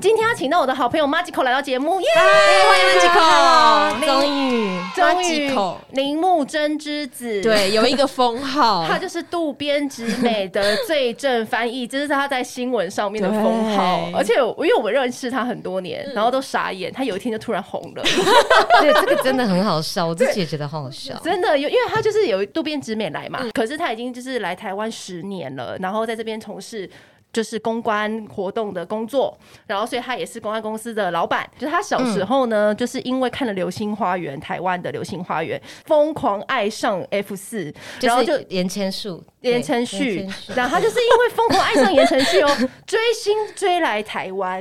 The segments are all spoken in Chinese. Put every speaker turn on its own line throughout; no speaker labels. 今天要请到我的好朋友 Magico 来到节目，耶、
欢迎 Magico，
终于
于
终于
Magico，
铃木真之子，，
对，有一个封号，
她就是渡边直美的最正翻译，这是她在新闻上面的封号。
对嗯
而且我因为我们认识她很多年，然后都傻眼，她有一天就突然红了。
对，这个真的很好笑，我自己也觉得好好笑。
真的有，因为他就是有渡边直美来嘛，
嗯
可是他已经就是来台湾十年了，然后在这边从事。就是公关活动的工作，然后所以他也是公关公司的老板。就是他小时候
嗯
呢，就是因为看了《流星花园》，台湾的《流星花园》，疯狂爱上 F 四，然后
是
就
言谦术，
言
对
承旭
言谦，术
然后他就是因为疯狂爱上言 承旭哦，追星追来台湾，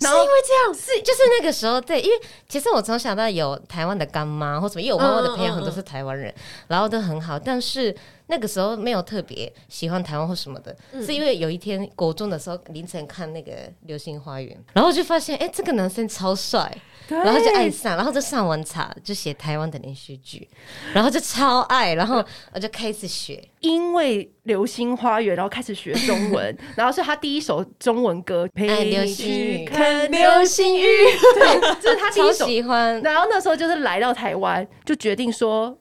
然后
是因为这样，是就是那个时候对，因为其实我从小到有台湾的干妈或什么，因为我妈妈的朋友很多是台湾
嗯
人，然后都很好，但是那个时候没有特别喜欢台湾或什么的，
嗯
是因为有一天国中的时候凌晨看那个《流星花
嗯
园》，然后就发现哎、诶这个男生超帅。然后就爱上，然后就上网查，就写台湾的连续剧，然后就超爱，然后我就开始学，
因为《流星花园》，然后开始学中文， 然后是他第一首中文
哎
歌，陪
流
你
星
去
雨
看流
流星雨，
对，这是他第
超
一首。
喜欢。
然后那时候就是来到台湾，就决定说，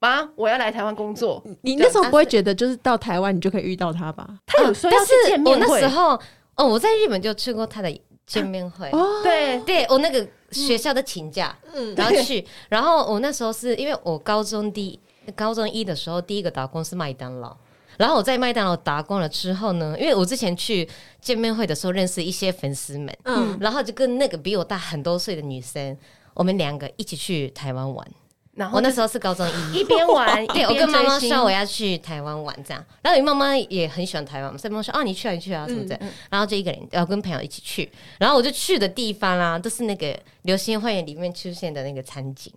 妈，我要来台湾工作。
嗯
你那时候不会觉得就是到台湾你就可以遇到他吧？
他有说要
但
去
是
见面
我那
会
时，候，哦，我在日本就去过他的见面会，
哦，
对，
对我那个学校的请假，
嗯
然后去，然后我那时候是因为我高中第高中一的时候，第一个打工是麦当劳。然后我在麦当劳打工了之后呢，因为我之前去见面会的时候认识一些粉丝们，
嗯，
然后就跟那个比我大很多岁的女生，我们两个一起去台湾玩。
然后
我那时
候
候是高中一，
一边玩，
对
一
我
边
跟妈妈
追
说我
星
要去台湾玩这样，然后你妈妈也很喜欢台湾嘛，所以妈妈说哦你去啊你去啊什么
嗯
的，然后就一个人然后跟朋友一起去，然后我就去的地方啦、都是那个《流星花园》里面出现的那个场景，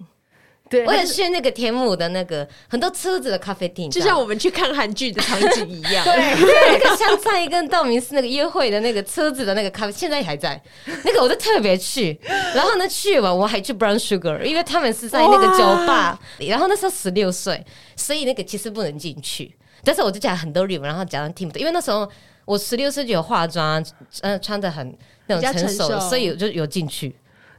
对，
我
他
也
就是
去那个天母的那个很多车子的咖啡厅，
就像我们去看韩剧的场景一 样，
对。
对，那个香菜跟道明寺那个约会的那个车子的那个咖啡，现在还在。那个我就特别去，然后呢去完我还去 Brown Sugar，因为他们是在那个酒吧，然后那时候十六岁，所以那个其实不能进去。但是我就讲很多日文，然后假装听不懂，因为那时候我十六岁就有化妆，嗯、穿的很那
比较
种成
成
熟，
熟
所以我就有进去。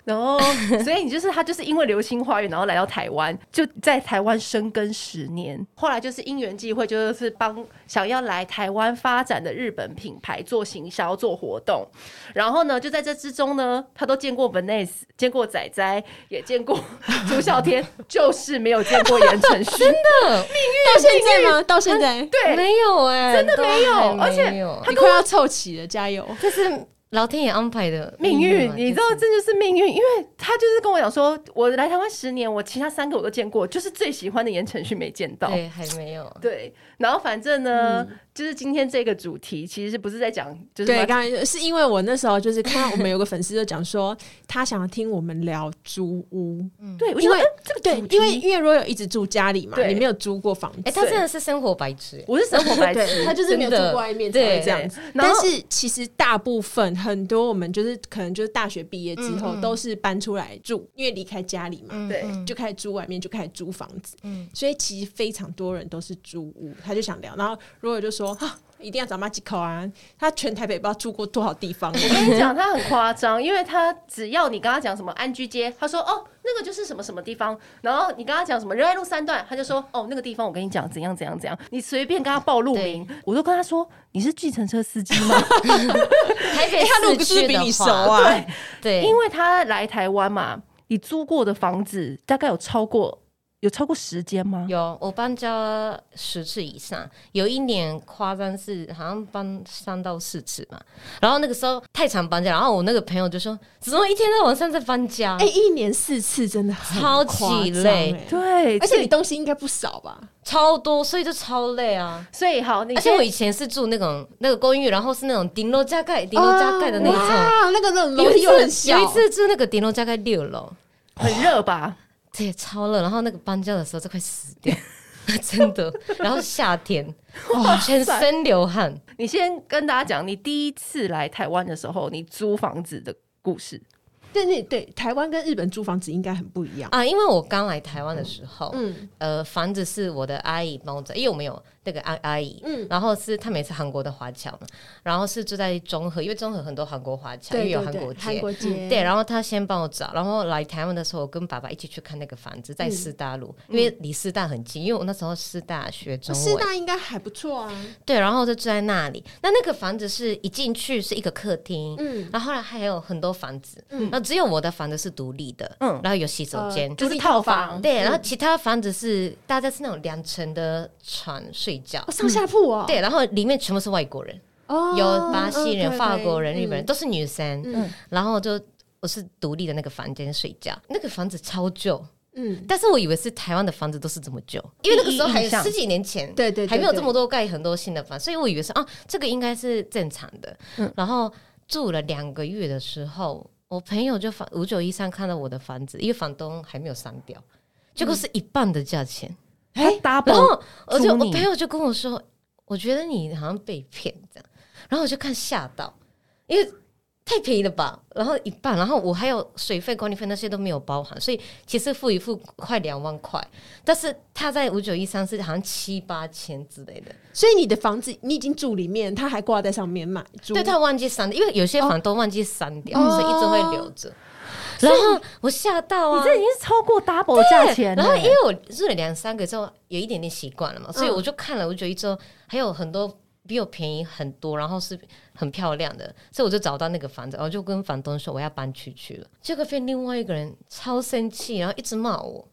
然 后，所以你就是他，就是因为《流星花园》，然后来到台湾，就在台湾生根十年。后来就是因缘际会，就是帮想要来台湾发展的日本品牌做行销、做活动。然后呢，就在这之中呢，他都见过 Vanessa，见过仔仔，也见过 朱孝天，就是没有见过言承旭。
到现在吗？到现在，
对，啊
没有哎、
真的
都
没有啊
还
而且
没有
你快要凑齐了，加油！
这是老天爷安排的
命运，
嘛
你知
就
道
是
这就是命运，因为他就是跟我讲说，我来台湾十年，我其他三个我都见过，就是最喜欢的言承旭没见到。
对还没有。
对，然后反正呢，就是今天这个主题其实不是在讲，就是
嗯对，
马
刚才是因为我那时候就是看到我们有个粉丝就讲说，他想要听我们聊租屋，
对，我
因
觉得
为
哎这个
对
主，题
因为因为 r o y 一直住家里嘛，
对
你没有租过房子
哎、，他真的是生活白痴、欸
我是生活白痴，
他就是没有住
真的
过外面才会这样子。
然后
但是其实大部分很多我们就是可能就是大学毕业之后都是搬出来住，因为离开家里嘛，
对
就开始租外面，就开始租房子。
嗯
所以其实非常多人都是租屋，他就想聊，然后如果就说啊，一定要找马吉口啊，他全台北不知道住过多少地方了。
我跟你讲，他很夸张，因为他只要你跟他讲什么安居街，他说哦那个就是什么什么地方，然后你跟他讲什么仁爱路三段，他就说哦那个地方我跟你讲怎样怎样怎样，你随便跟他报路名，我都跟他说你是计程车司机吗？
台北
哎， 他如果不
市
是
区
比
的
你熟
话，
啊，
对，
因为他来台湾嘛，你租过的房子大概有超过有超过时间吗？
有我搬家十次以上，有一年夸张是好像搬三到四次吧。然后那个时候太常搬家，然后我那个朋友就说：“怎么一天到晚上在搬家？”
哎、一年四次真的很
超
夸张
级累
哎
对，
而且你东西应该不少吧？
超多，所以就超累啊。
所以好，你
而且
先
我以前是住那种那个公寓，然后是那种顶楼加盖、顶楼加盖的那种。
哦哇，那个那种
有
楼梯
一
又很
次
小，
有一次住那个顶楼加盖六楼，
很热吧？
对，超热。然后那个搬家的时候就快死掉，真的。然后夏天，哇，全身流汗。
你先跟大家讲，你第一次来台湾的时候，你租房子的故事。
对对对，台湾跟日本租房子应该很不一样。
啊，因为我刚来台湾的时候，
嗯
呃，房子是我的阿姨帮我找，因为我们有那个阿阿姨，
嗯
然后是她们也是韩国的华侨嘛，然后是住在中和，因为中和很多韩国华侨，因
对
为
对
有韩国
嗯对，韩
街。
国街，
对，然后她先帮我找，然后来台湾的时候，我跟爸爸一起去看那个房子，在
嗯
师大路，因为离师大很近，因为我那时候师大学中
哦师
文，
大应该还不错啊。
对，然后就住在那里。那那个房子是一进去是一个客厅，
嗯，
然后后来还有很多房子，然后只有我的房子是独立的，
嗯
然后有洗
呃
手间，
就是套房
对，然后
嗯
其他房子是大家是那种两层的床睡觉
哦，，上下铺哦，
对，然后里面全部是外国人，
哦，
有巴西人、
嗯
法国人、日本人，，
对
都是女生，
对嗯
然后就我是独立的那个房间睡觉，那个房子超旧，
嗯嗯，
但是我以为是台湾的房子都是这么旧，因为那个时候还有
印象
十几年前，
对对，对
还没有这么多盖很多新的房，所以我以为是啊，这个应该是正常的。然后住了两个月的时候，我朋友就房五九一上看到我的房子，因为房东还没有删掉，结果是一半的价钱。
哎，double，
然后我就
租
我
你
朋友就跟我说，我觉得你好像被骗这样，然后我就看吓到，因为。太便宜了吧，然后一半，然后我还有水费、管理费那些都没有包含，所以其实付一付快两万块，但是他在五九一三是好像七八千之类的，
所以你的房子你已经住里面，它还挂在上面买租，
对他忘记删，因为有些
哦
房东忘记删掉，所以一直会留着。然后我吓到啊！
你这已经是超过 double 的价钱了。
然后因为我住了两三个之后，有一点点习惯了嘛，所以我就看了五九一之后，还有很多比我便宜很多，然后是很漂亮的，所以我就找到那个房子，然后就跟房东说我要搬出去了。结果被另外一个人超生气，然后一直骂我，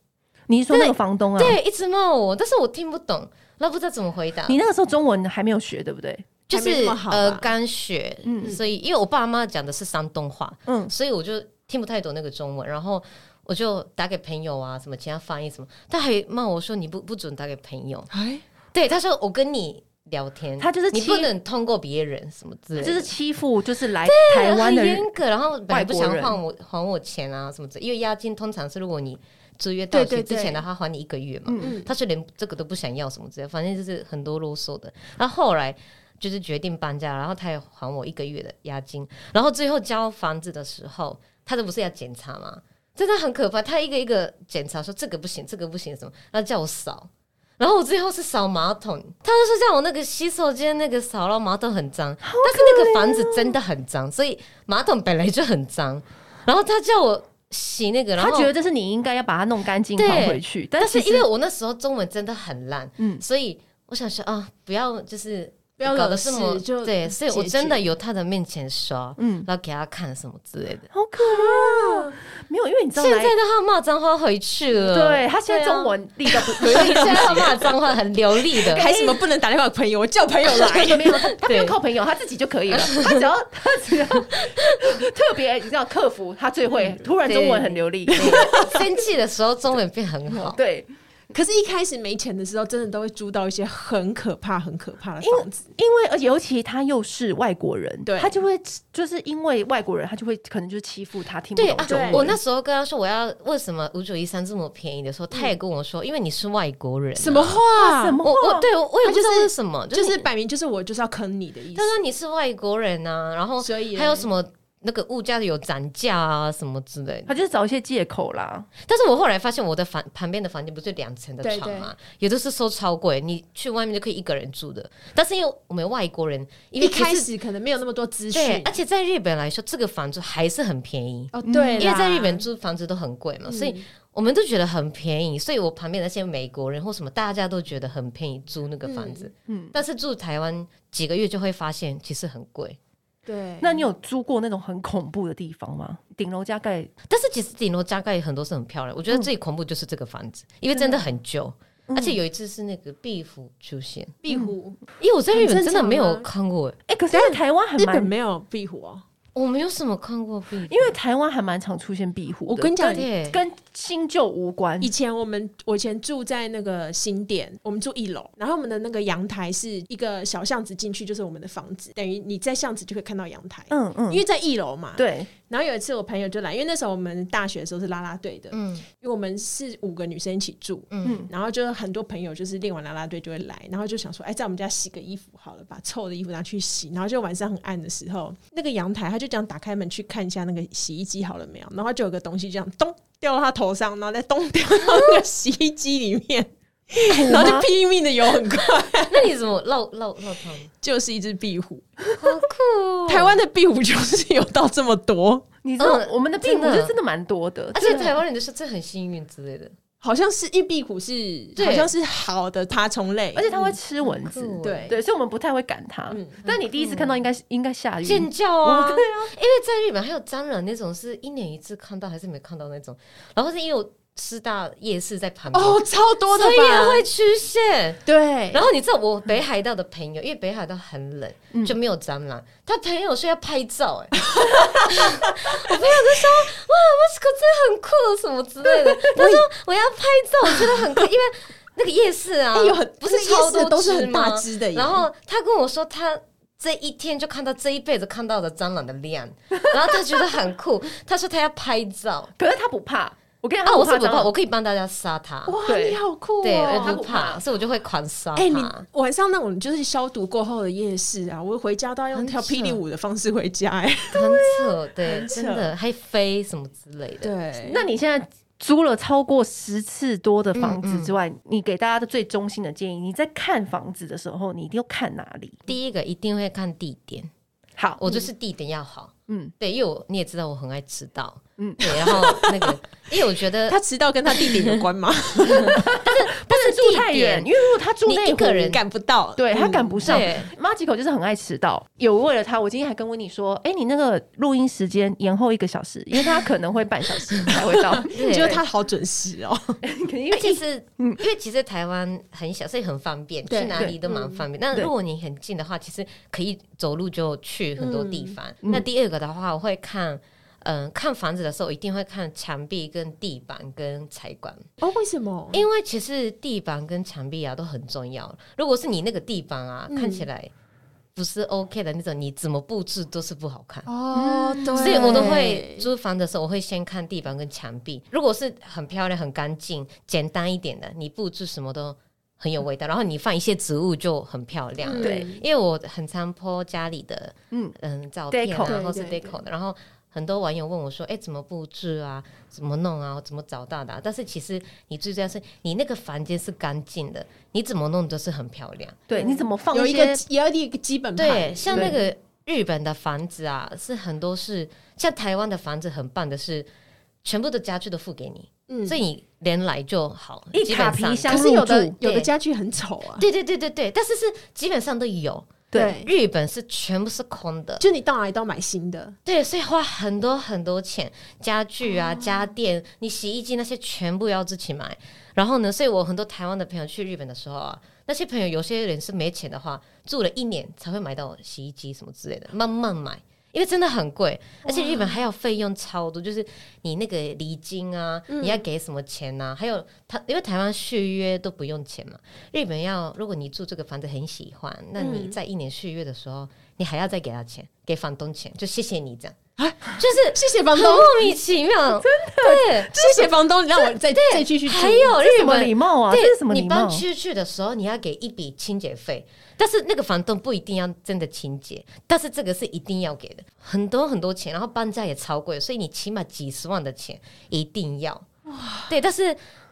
你是说那个房东啊，
对，一直骂我，但是我听不懂，那不知道怎么回答。
你那个时候中文还没有学，对不对？
就
还没
是
那么好吧嗯
呃刚学，所以因为我爸妈讲的是山东话，
嗯
所以我就听不太懂那个中文，然后我就打给朋友啊，什么其他翻译什么，他还骂我说你不不准打给朋友，
哎，
对，他说我跟你聊天，
他就是
嗯你
欺
不能通过别人什么之类的，
就是欺负，就是来台湾
很
的人
严格，然后本来不想
外国人
还我还我钱啊什么之类，因为押金通常是如果你租约到
对
期
对
之
对
前的话，还你一个月嘛，
嗯
他是连这个都不想要什么之类，反正就是很多啰嗦的。然后后来就是决定搬家，然后他也还我一个月的押金，然后最后交房子的时候，他都不是要检查吗？真的很可怕，他一个一个检查说这个不行，这个不行什么，然后叫我扫。然后我最后是扫马桶，他就说叫我那个洗手间那个扫，然后马桶很脏，但是那个房子真的很脏，所以马桶本来就很脏。然后他叫我洗那个，然
他
后
觉得这是你应该要把它弄干净
对
还回去，
但是
其实
因为我那时候中文真的很烂，
嗯
所以我想说啊，不要就是
不要
搞
惹
得这么
事就
对，所以我
解决
真的有他的面前刷，
嗯，
然后给他看什么之类的。
好可爱，没有，因为你知道
现在
来，
的话骂脏话回去了，
对他现在中
对啊，
文力道不
所以现在他骂脏话很流利 的，
还什么不能打电话给朋友，我叫朋友来，
没有，他他不用
对
靠朋友，他自己就可以了。他只要他只要特别，你知道，客服他最会，突然中文很流利。
生气的时候中文变很好。
对，
可是，一开始没钱的时候，真的都会租到一些很可怕、很可怕的
因为
房子。
因为而且尤其他又是外国人，
对
他就会就是因为外国人，他就会可能就欺负他听不
对
懂
啊
中文。，
我那时候跟他说我要为什么五九一三这么便宜的时候，他也跟我说，因为你是外国人啊、
什么话？
什么
我我
话？
对我我也
他
不知道
就是
是什么，
就
你
是摆明就是我就是要坑你的意思
他。说你是外国人啊，然后
所以
还有
么？
什么那个物价有涨价啊什么之类的。
他就是找一些借口啦。
但是我后来发现我的房旁边的房间不是两层的
对
床嘛，也都是收超贵，你去外面就可以一个人住的。但是因为我们外国人，因
一
为其实
开始可能没有那么多资
对
讯，
而且在日本来说，这个房租还是很便宜。
哦，对啦，
因为在日本租房子都很贵嘛，
嗯
所以我们都觉得很便宜，所以我旁边那些美国人或什么，大家都觉得很便宜租那个房子。
嗯嗯
但是住台湾几个月就会发现其实很贵。
对，
那你有租过那种很恐怖的地方吗？顶楼加盖，
但是其实顶楼加盖很多是很漂亮，我觉得最恐怖就是这个房子，因为真的很旧，而且有一次是那个壁虎出现，
壁虎，
因为我在日本真的没有
很正常吗
看过，
哎、可是在台湾还
日本
蛮，
没有壁虎哦。
我没有什么看过壁虎，
因为台湾还蛮常出现壁虎的。
我跟你讲，
对
跟新旧无关
以。前我们我以前住在那个新店，我们住一楼，然后我们的那个阳台是一个小巷子进去就是我们的房子，等于你在巷子就可以看到阳台，
嗯嗯，
因为在一楼嘛。。
对，
然后有一次我朋友就来，因为那时候我们大学的时候是啦啦队的，
嗯
因为我们是五个女生一起住，
嗯
然后就很多朋友就是练完啦啦队就会来，然后就想说，哎，在我们家洗个衣服好了，把臭的衣服拿去洗，然后就晚哎上很暗的时候，那个阳台他就这样打开门去看一下那个洗衣机好了没有，然后就有个东西这样咚掉到他头上，然后再咚掉到那个洗衣机里面， 然后就拼命的游很快，
那你怎么漏漏漏汤？
就是一只壁虎。
好酷、哦！
台湾的壁虎就是有到这么多，
你知道、
嗯
我们的壁
真
虎
的
就真的蛮多的，
而且台湾人就是这很幸运之类的，
好像是一壁虎是
对
好像是好的爬虫类，
而且它会吃蚊子，
嗯很酷欸
对
对，所以我们不太会赶它。
嗯
但你第一次看到应该是应该吓
尖
晕，
叫啊！
我对
啊，因为在日本还有蟑螂那种是一年一次看到还是没看到那种，然后是因为我师大夜市在旁边，
哦，超多的
所以也
吧？
会出现。
对，啊
然后你知道我北海道的朋友，因为北海道很冷，
嗯
就没有蟑螂。他朋友说要拍照、哎， 我朋友就说哇，我这个真的很酷，什么 之类的。他说我要拍照，我觉得很酷，因为那个夜市啊，
哎有很
不是
那个
超
夜市
多
都是很大
吗
只的耶
然后他跟我说他。这一天就看到这一辈子看到的蟑螂的量， 然后他觉得很酷，他说他要拍照
可是它不怕。我跟你讲，
啊，
它
我是不
蟑
怕，
螂
我可以帮大家杀它，
哇，
对
你好酷
对，
哦！
我
不
不
怕
怕，所以我就会狂杀它。
哎、你晚上那种就是消毒过后的夜市啊，我回家都要用
很
跳霹雳
扯
舞的方式回家、 哎，
很扯，对，
扯
真的还飞什么之类的。
对
那你现在租了超过十次多的房
嗯
子
嗯
之外，你给大家的最中心的建议，你在看房子的时候，你一定要看哪里？
第一个一定会看地点，
好，
我就是地点要好。
嗯，
对，因为我你也知道我很爱迟到，
嗯
嗯，对，然后那个，因为我觉得
他迟到跟他地点有关 吗？
不能住太
地
远，
点
因为如果他住
你
内
一
湖
个，人
赶不到，
对他
嗯
赶不上。
对，
马吉口就是很爱迟到，有为了他，我今天还跟温妮说，哎、你那个录音时间延后一个小时，因为他可能会半小时才会 到，
对
觉得他好准时 哦。
因
因为
为
其实，因为其实台湾很小，所以很方便，
对
去哪里都蛮方便。那
对
如果你很近的话，其实可以走路就去很多地方。
嗯
那第二个的话，我会看，嗯、看房子的时候我一定会看墙壁、跟地板、跟采光。
哦，为什么？
因为其实地板跟墙壁啊都很重要。如果是你那个地板啊、
嗯
看起来不是 OK 的那种，你怎么布置都是不好看。
哦，对，嗯
所以我都会租房的时候，我会先看地板跟墙壁。如果是很漂亮、很干净、简单一点的，你布置什么都很有味道。然后你放一些植物就很漂亮了。
嗯
对
因为我很常 po 家里的
嗯
嗯嗯照片
Deco
啊，或是
对对
deco 的，然后很多网友问我说：“哎、怎么布置啊？怎么弄啊？怎么找到的啊、但是其实你最重要是你那个房间是干净的，你怎么弄都是很漂亮。
对，你怎么放
有
一
一个
些？
也要一个基本
对，
盘，
像那个日本的房子啊，是很多是像台湾的房子很棒的是，全部的家具都付给你，
嗯
所以你连来就好，
一
基
卡
本
皮
上
箱
可是有的
入住
有的
对
家具很丑啊，
对对对对对，但是是基本上都有。
对，
日本是全部是空的，
就你到哪里都要买新的，
对，所以花很多很多钱，家具啊、家电、你洗衣机那些全部要自己买。然后呢，所以我很多台湾的朋友去日本的时候啊，那些朋友有些人是没钱的话，住了一年才会买到洗衣机什么之类的，慢慢买。因为真的很贵，而且日本还有费用超多，就是你那个礼金啊，你要给什么钱呐、还有他，因为台湾续约都不用钱嘛，日本要如果你住这个房子很喜欢，那你在一年续约的时候，你还要再给他钱，给房东钱，就谢谢你这样，就是
谢谢房
很
东，
莫名其妙，真的
谢谢房东，让我再再继续
对，
住
还
这
有
是
日
什么
本
礼貌啊？这
对
是什么礼
你搬
貌？
出去的时候，你要给一笔清洁费，但是那个房东不一定要真的清洁，但是这个是一定要给的，很多很多钱，然后搬家也超贵，所以你起码几十万的钱一定要。对，但是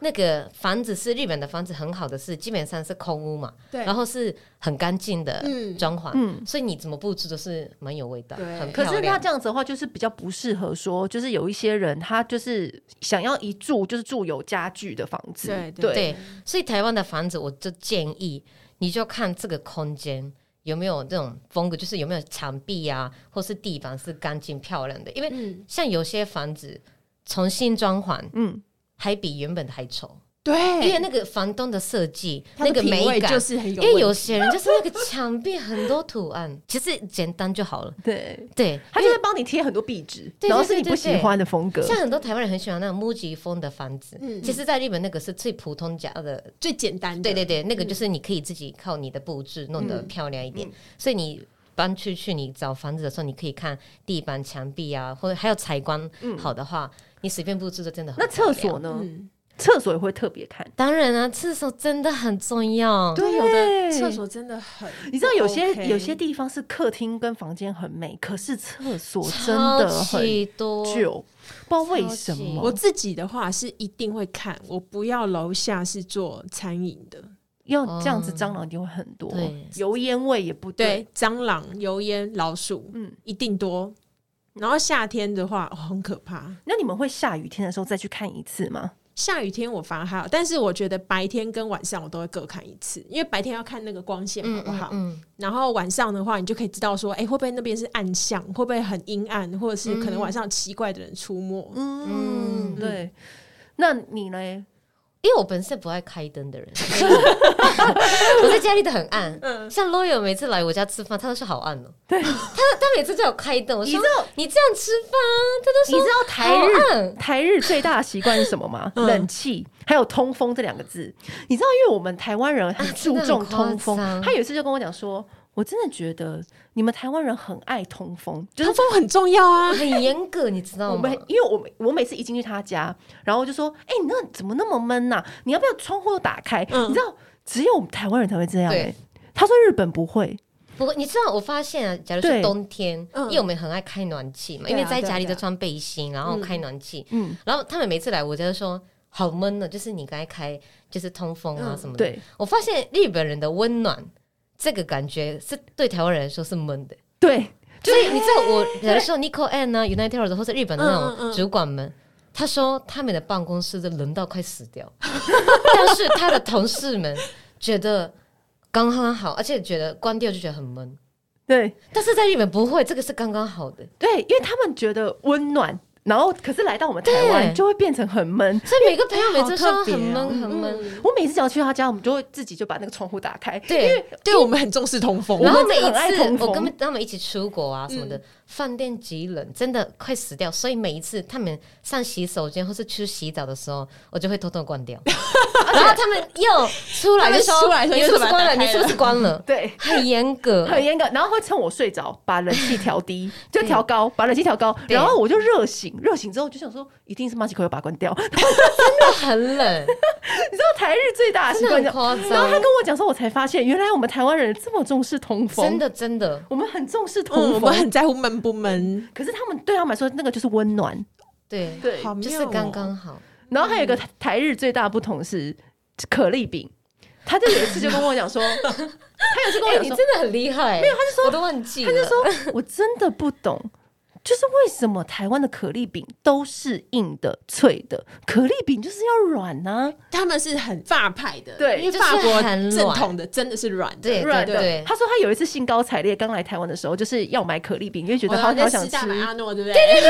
那个房子是日本的房子，很好的是基本上是空屋嘛，
对
然后是很干净的
嗯
装潢，
嗯
所以你怎么布置都是蛮有味道，
对
很
可
漂
是那
亮。
这样子的话，就是比较不适合说，就是有一些人他就是想要一住就是住有家具的房子，
对对
对
对，所以台湾的房子，我就建议你就看这个空间有没有这种风格，就是有没有墙壁啊，或是地板是干净漂亮的。因为
嗯，
像有些房子重新装潢，
嗯，
还比原本的还丑。
对，
因为那个房东的设计，
它
那
的
个
品
美
味
感，
就是很有
因
问题，
为有些人就是那个墙壁很多图案，其实简单就好了。
对，
对，
他就是帮你贴很多壁纸，
对对
然后是你
对对
不喜
对
欢的风格。
像很多台湾人很喜欢那种木吉风的房子，
嗯
其实在日本那个是最普通家的。
最简单的，
对对对，那个
嗯
就是你可以自己靠你的布置弄得漂亮一点，所以你。搬出去，你找房子的时候，你可以看地板、墙壁啊，或者还有采光好的话，你随便布置的真的
嗯
很
那
漂
厕
亮
所呢？
嗯，
厕所也会特别看。
当然啊，厕所真的很重要。
对，有的厕所真的很，
你知道有
哦
些
OK
有些地方是客厅跟房间很美，可是厕所真
超
的很
级多，
旧，不知道为什
超级
我
么。
自己的话是一定会看，我不要楼下是做餐饮的，
要这样子，蟑螂一定会很多
对，
油烟味也不对。
对，蟑螂、油烟、老鼠，
嗯
嗯，一定多。然后夏天的话、哦很可怕，
那你们会下雨天的时候再去看一次吗？
下雨天我反而还好，但是我觉得白天跟晚上我都会各看一次，因为白天要看那个光线好
嗯
不
嗯
好，
嗯，
然后晚上的话你就可以知道说，哎、会不会那边是暗巷，会不会很阴暗，或者是可能晚上有奇怪的人出没。
嗯，对。那你呢？
因为我本身不爱开灯的人， 所以我在家里都很暗。
嗯
像 Loyo 每次来我家吃饭，他都说好暗哦、对，他他每次叫我开灯，我
你
说
知道
你这样吃饭啊，他都
你知
说
道台日
好暗
台日最大的习惯是什么 吗？
嗯
冷气还有通风这两个字。你知道，因为我们台湾人很注重通风
啊真的很夸，张
他有一次就跟我讲说。我真的觉得你们台湾人很爱通风，就是
通风很重要啊，
很严格，你知道
我
吗
们？因为我每我每次一进去他家，然后我就说：“哎、你那怎么那么闷呐、你要不要窗户都打开？”
嗯
你知道，只有我们台湾人才会这样、
对
欸。他说日本不会，
不过你知道，我发现啊，假如
对
是冬天，
嗯
因为我们很爱开暖气嘛，
对啊
因为在家里
对啊
都穿背心，然后开暖气，
嗯，
然后他们每次来我家就说好闷呢，就是你该开就是通风啊
嗯
什么的。
对
我发现日本人的温暖这个感觉是对台湾人来说是闷的。
对，
所以你知道我有的时候 Nico N 呢、United World 或者日本的
嗯
那
嗯
种
嗯
主管们，他说他们的办公室都冷到快死掉，但是他的同事们觉得刚刚好，而且觉得关掉就觉得很闷。
对
但是在日本不会，这个是刚刚好的。
对，因为他们觉得温暖，然后可是来到我们台湾
对
就会变成很闷。
所以每个朋友每次
好特
说
别
很
哦
闷很闷，
我每次只要去他家，我们就会自己就把那个窗户打开，因为
对。
对我们很重视通风。
然后
我们
每
真的很爱
一
通
次
风？”
我跟他们一起出国啊什么的，饭店极冷，真的快死掉。所以每一次他们上洗手间或是去洗澡的时候，我就会偷偷关掉。然后他们又出来就说
他们：“出来的时候
你是不
就是把它打开
关了？你
了
是不是关了
对。
很严 格，
很严格，然后会趁我睡着把冷气调低，就
对
调高，把冷气调高，
对
然后我就热醒，热醒之后我就想说，一定是马吉克要把它关掉。你
真的很冷，
知道台日最大的习
真的
惯
很
叫
夸
然后他
张
跟，我讲说，我才发现原来我们台湾人这么重视通风，
真，的真的。
我们很重视
嗯，
通
我
风，
们很在乎闷不闷，
可是他们对他们来说，那个就是温暖。
对，
对
好
就
妙
是
哦
刚刚好。
然后还有一个台台日最大的不同是可丽饼，他就有一次就跟我 讲说，他有一次跟我
哎，
讲
你
说，
真的很厉害。没有，他就说我都忘记了。他就说
我真的不懂，就是为什么台湾的可丽饼都是硬的、脆的，可丽饼就是要软啊呢、
他们是很法派的，
对
因为
就是
法国
很
正
软
统的真的是软的，
对
软
对
的
对，
他说他有一次兴高采烈，刚来台湾的时候，就是要买可丽饼，因为觉
我
得好
在
好
师
想吃
大。买阿诺，对不对？
对，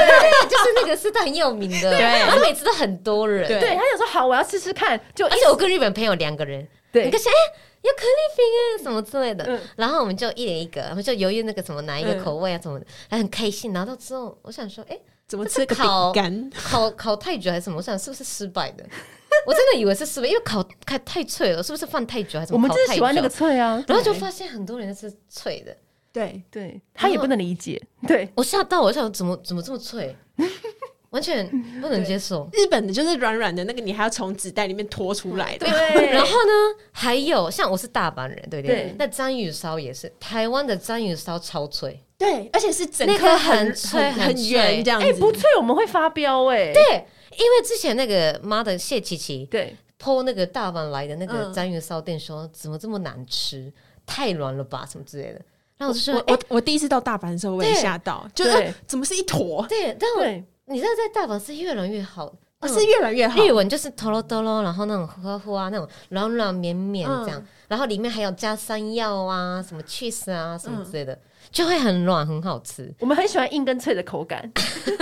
就是那个是他很有名的，
对
然后每次都很多人，
对
对他想说好，我要吃吃看，就一
而且我跟日本朋友两个人，
对
你看，想哎，有可丽饼啊什么之类的，
嗯
然后我们就一人一个，我们就犹豫那个什么哪一个
嗯
口味啊什么的，然后很开心拿到之后，我想说， 哎，
怎么吃个
这是
饼
烤
干？
烤烤太久还是什么？我想是不是失败的？ 我真的以为是失败，因为烤太太脆了，是不是放太久还是什
我
么？
们
烤
就是
太
喜欢那个
久，
脆啊。
然后就
对
发现很多人是脆的，
对，
对他也
然后
不能理解，对
我吓到，我想怎么怎么这么脆， 完全不能接受。
日本的就是软软的那个，你还要从纸袋里面拖出来的。
对
然后呢，还有像我是大阪人，对不对
对？
那章鱼烧也是，台湾的章鱼烧超脆，
对，而且是整
那
颗
个
很
很脆很
很圆
脆
这样
哎、
子，
不脆我们会发飙哎、
对，因为之前那个妈的谢琪琪
对，
剖那个大阪来的那个
嗯
章鱼烧店说，怎么这么难吃，太软了吧，什么之类的。然后我就说，
我
哎、
我我第一次到大阪的时候，我也
对
吓到，就是
对
呃怎么是一坨？
对，但我
对
你知道在大阪是越软越好，
哦
嗯
是越来越好，
日文就是哆咯哆咯，然后那种呼啊呼啊那种软
嗯嗯
软绵绵这样，然后里面还有加山药啊、什么 cheese 啊什么之类的。就会很软，很好吃。
我们很喜欢硬跟脆的口感，
真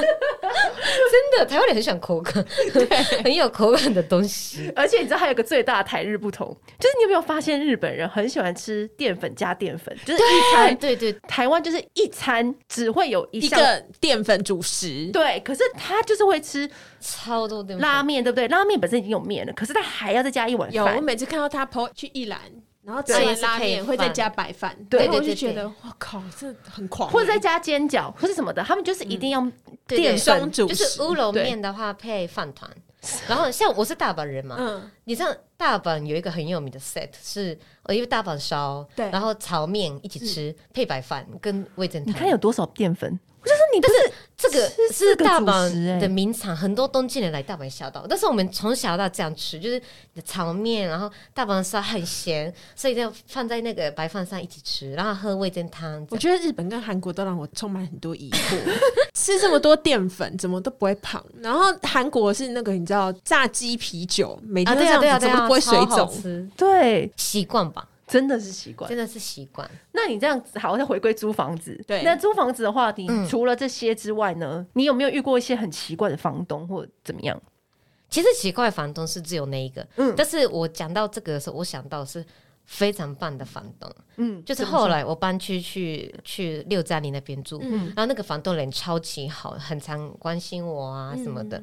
的，台湾人很喜欢口感， 很有口感的 东西。
而且你知道还有一个最大的台日不同，就是你有没有发现日本人很喜欢吃淀粉加淀粉，就是一餐。
对对，
台湾就是一餐只会有一
一
项，
个淀粉主食，
对，可是他就是会吃
超多淀粉。
拉面，对不对？拉面本身已经有面了，可是他还要再加一碗
有，我
饭。
每次看到他跑去一兰，然后吃
对
完拉
也是配
面
饭
会再加白饭，
对
然后我
对
就
对
觉得
对
哇靠，这很狂欸，
或 者再加煎饺或是什么的，他们就是一定要
嗯对
淀粉
双主
就是
食，
乌龙面的话配饭团，然后像我是大阪人嘛，
嗯，
你知道大阪有一个很有名的 set 是，呃，因为大阪烧，
对嗯
然后炒面一起吃，配白饭跟味噌
你看
汤。
有多少淀粉？我就说你不是
这个
吃四
是
个
大
主食
阪
欸
的名产，很多东京人来大阪小岛，但是我们从小到这样吃，就是炒面，然后大阪烧很咸，所以就放在那个白饭上一起吃，然后喝味噌汤。
我觉得日本跟韩国都让我充满很多疑惑，吃这么多淀粉怎么都不会胖，然后韩国是那个你知道炸鸡啤酒，每
啊，
天都
对
这样
啊，对啊，
子，怎
对
么
啊，
都不会水
超好
肿？
吃，
对，
习惯吧，
真的是习惯。
真的是习惯。
那你这样子好，再回归租房子。
对
那租房子的话，你
嗯
除了这些之外呢，你有没有遇过一些很奇怪的房东或怎么样？
其实奇怪的房东是只有那一个，
嗯
但是我讲到这个的时候，我想到是非常棒的房东，
嗯，
就是后来我搬去去去六家里那边住，
嗯
然后那个房东人超级好，很常关心我啊
嗯
什么的。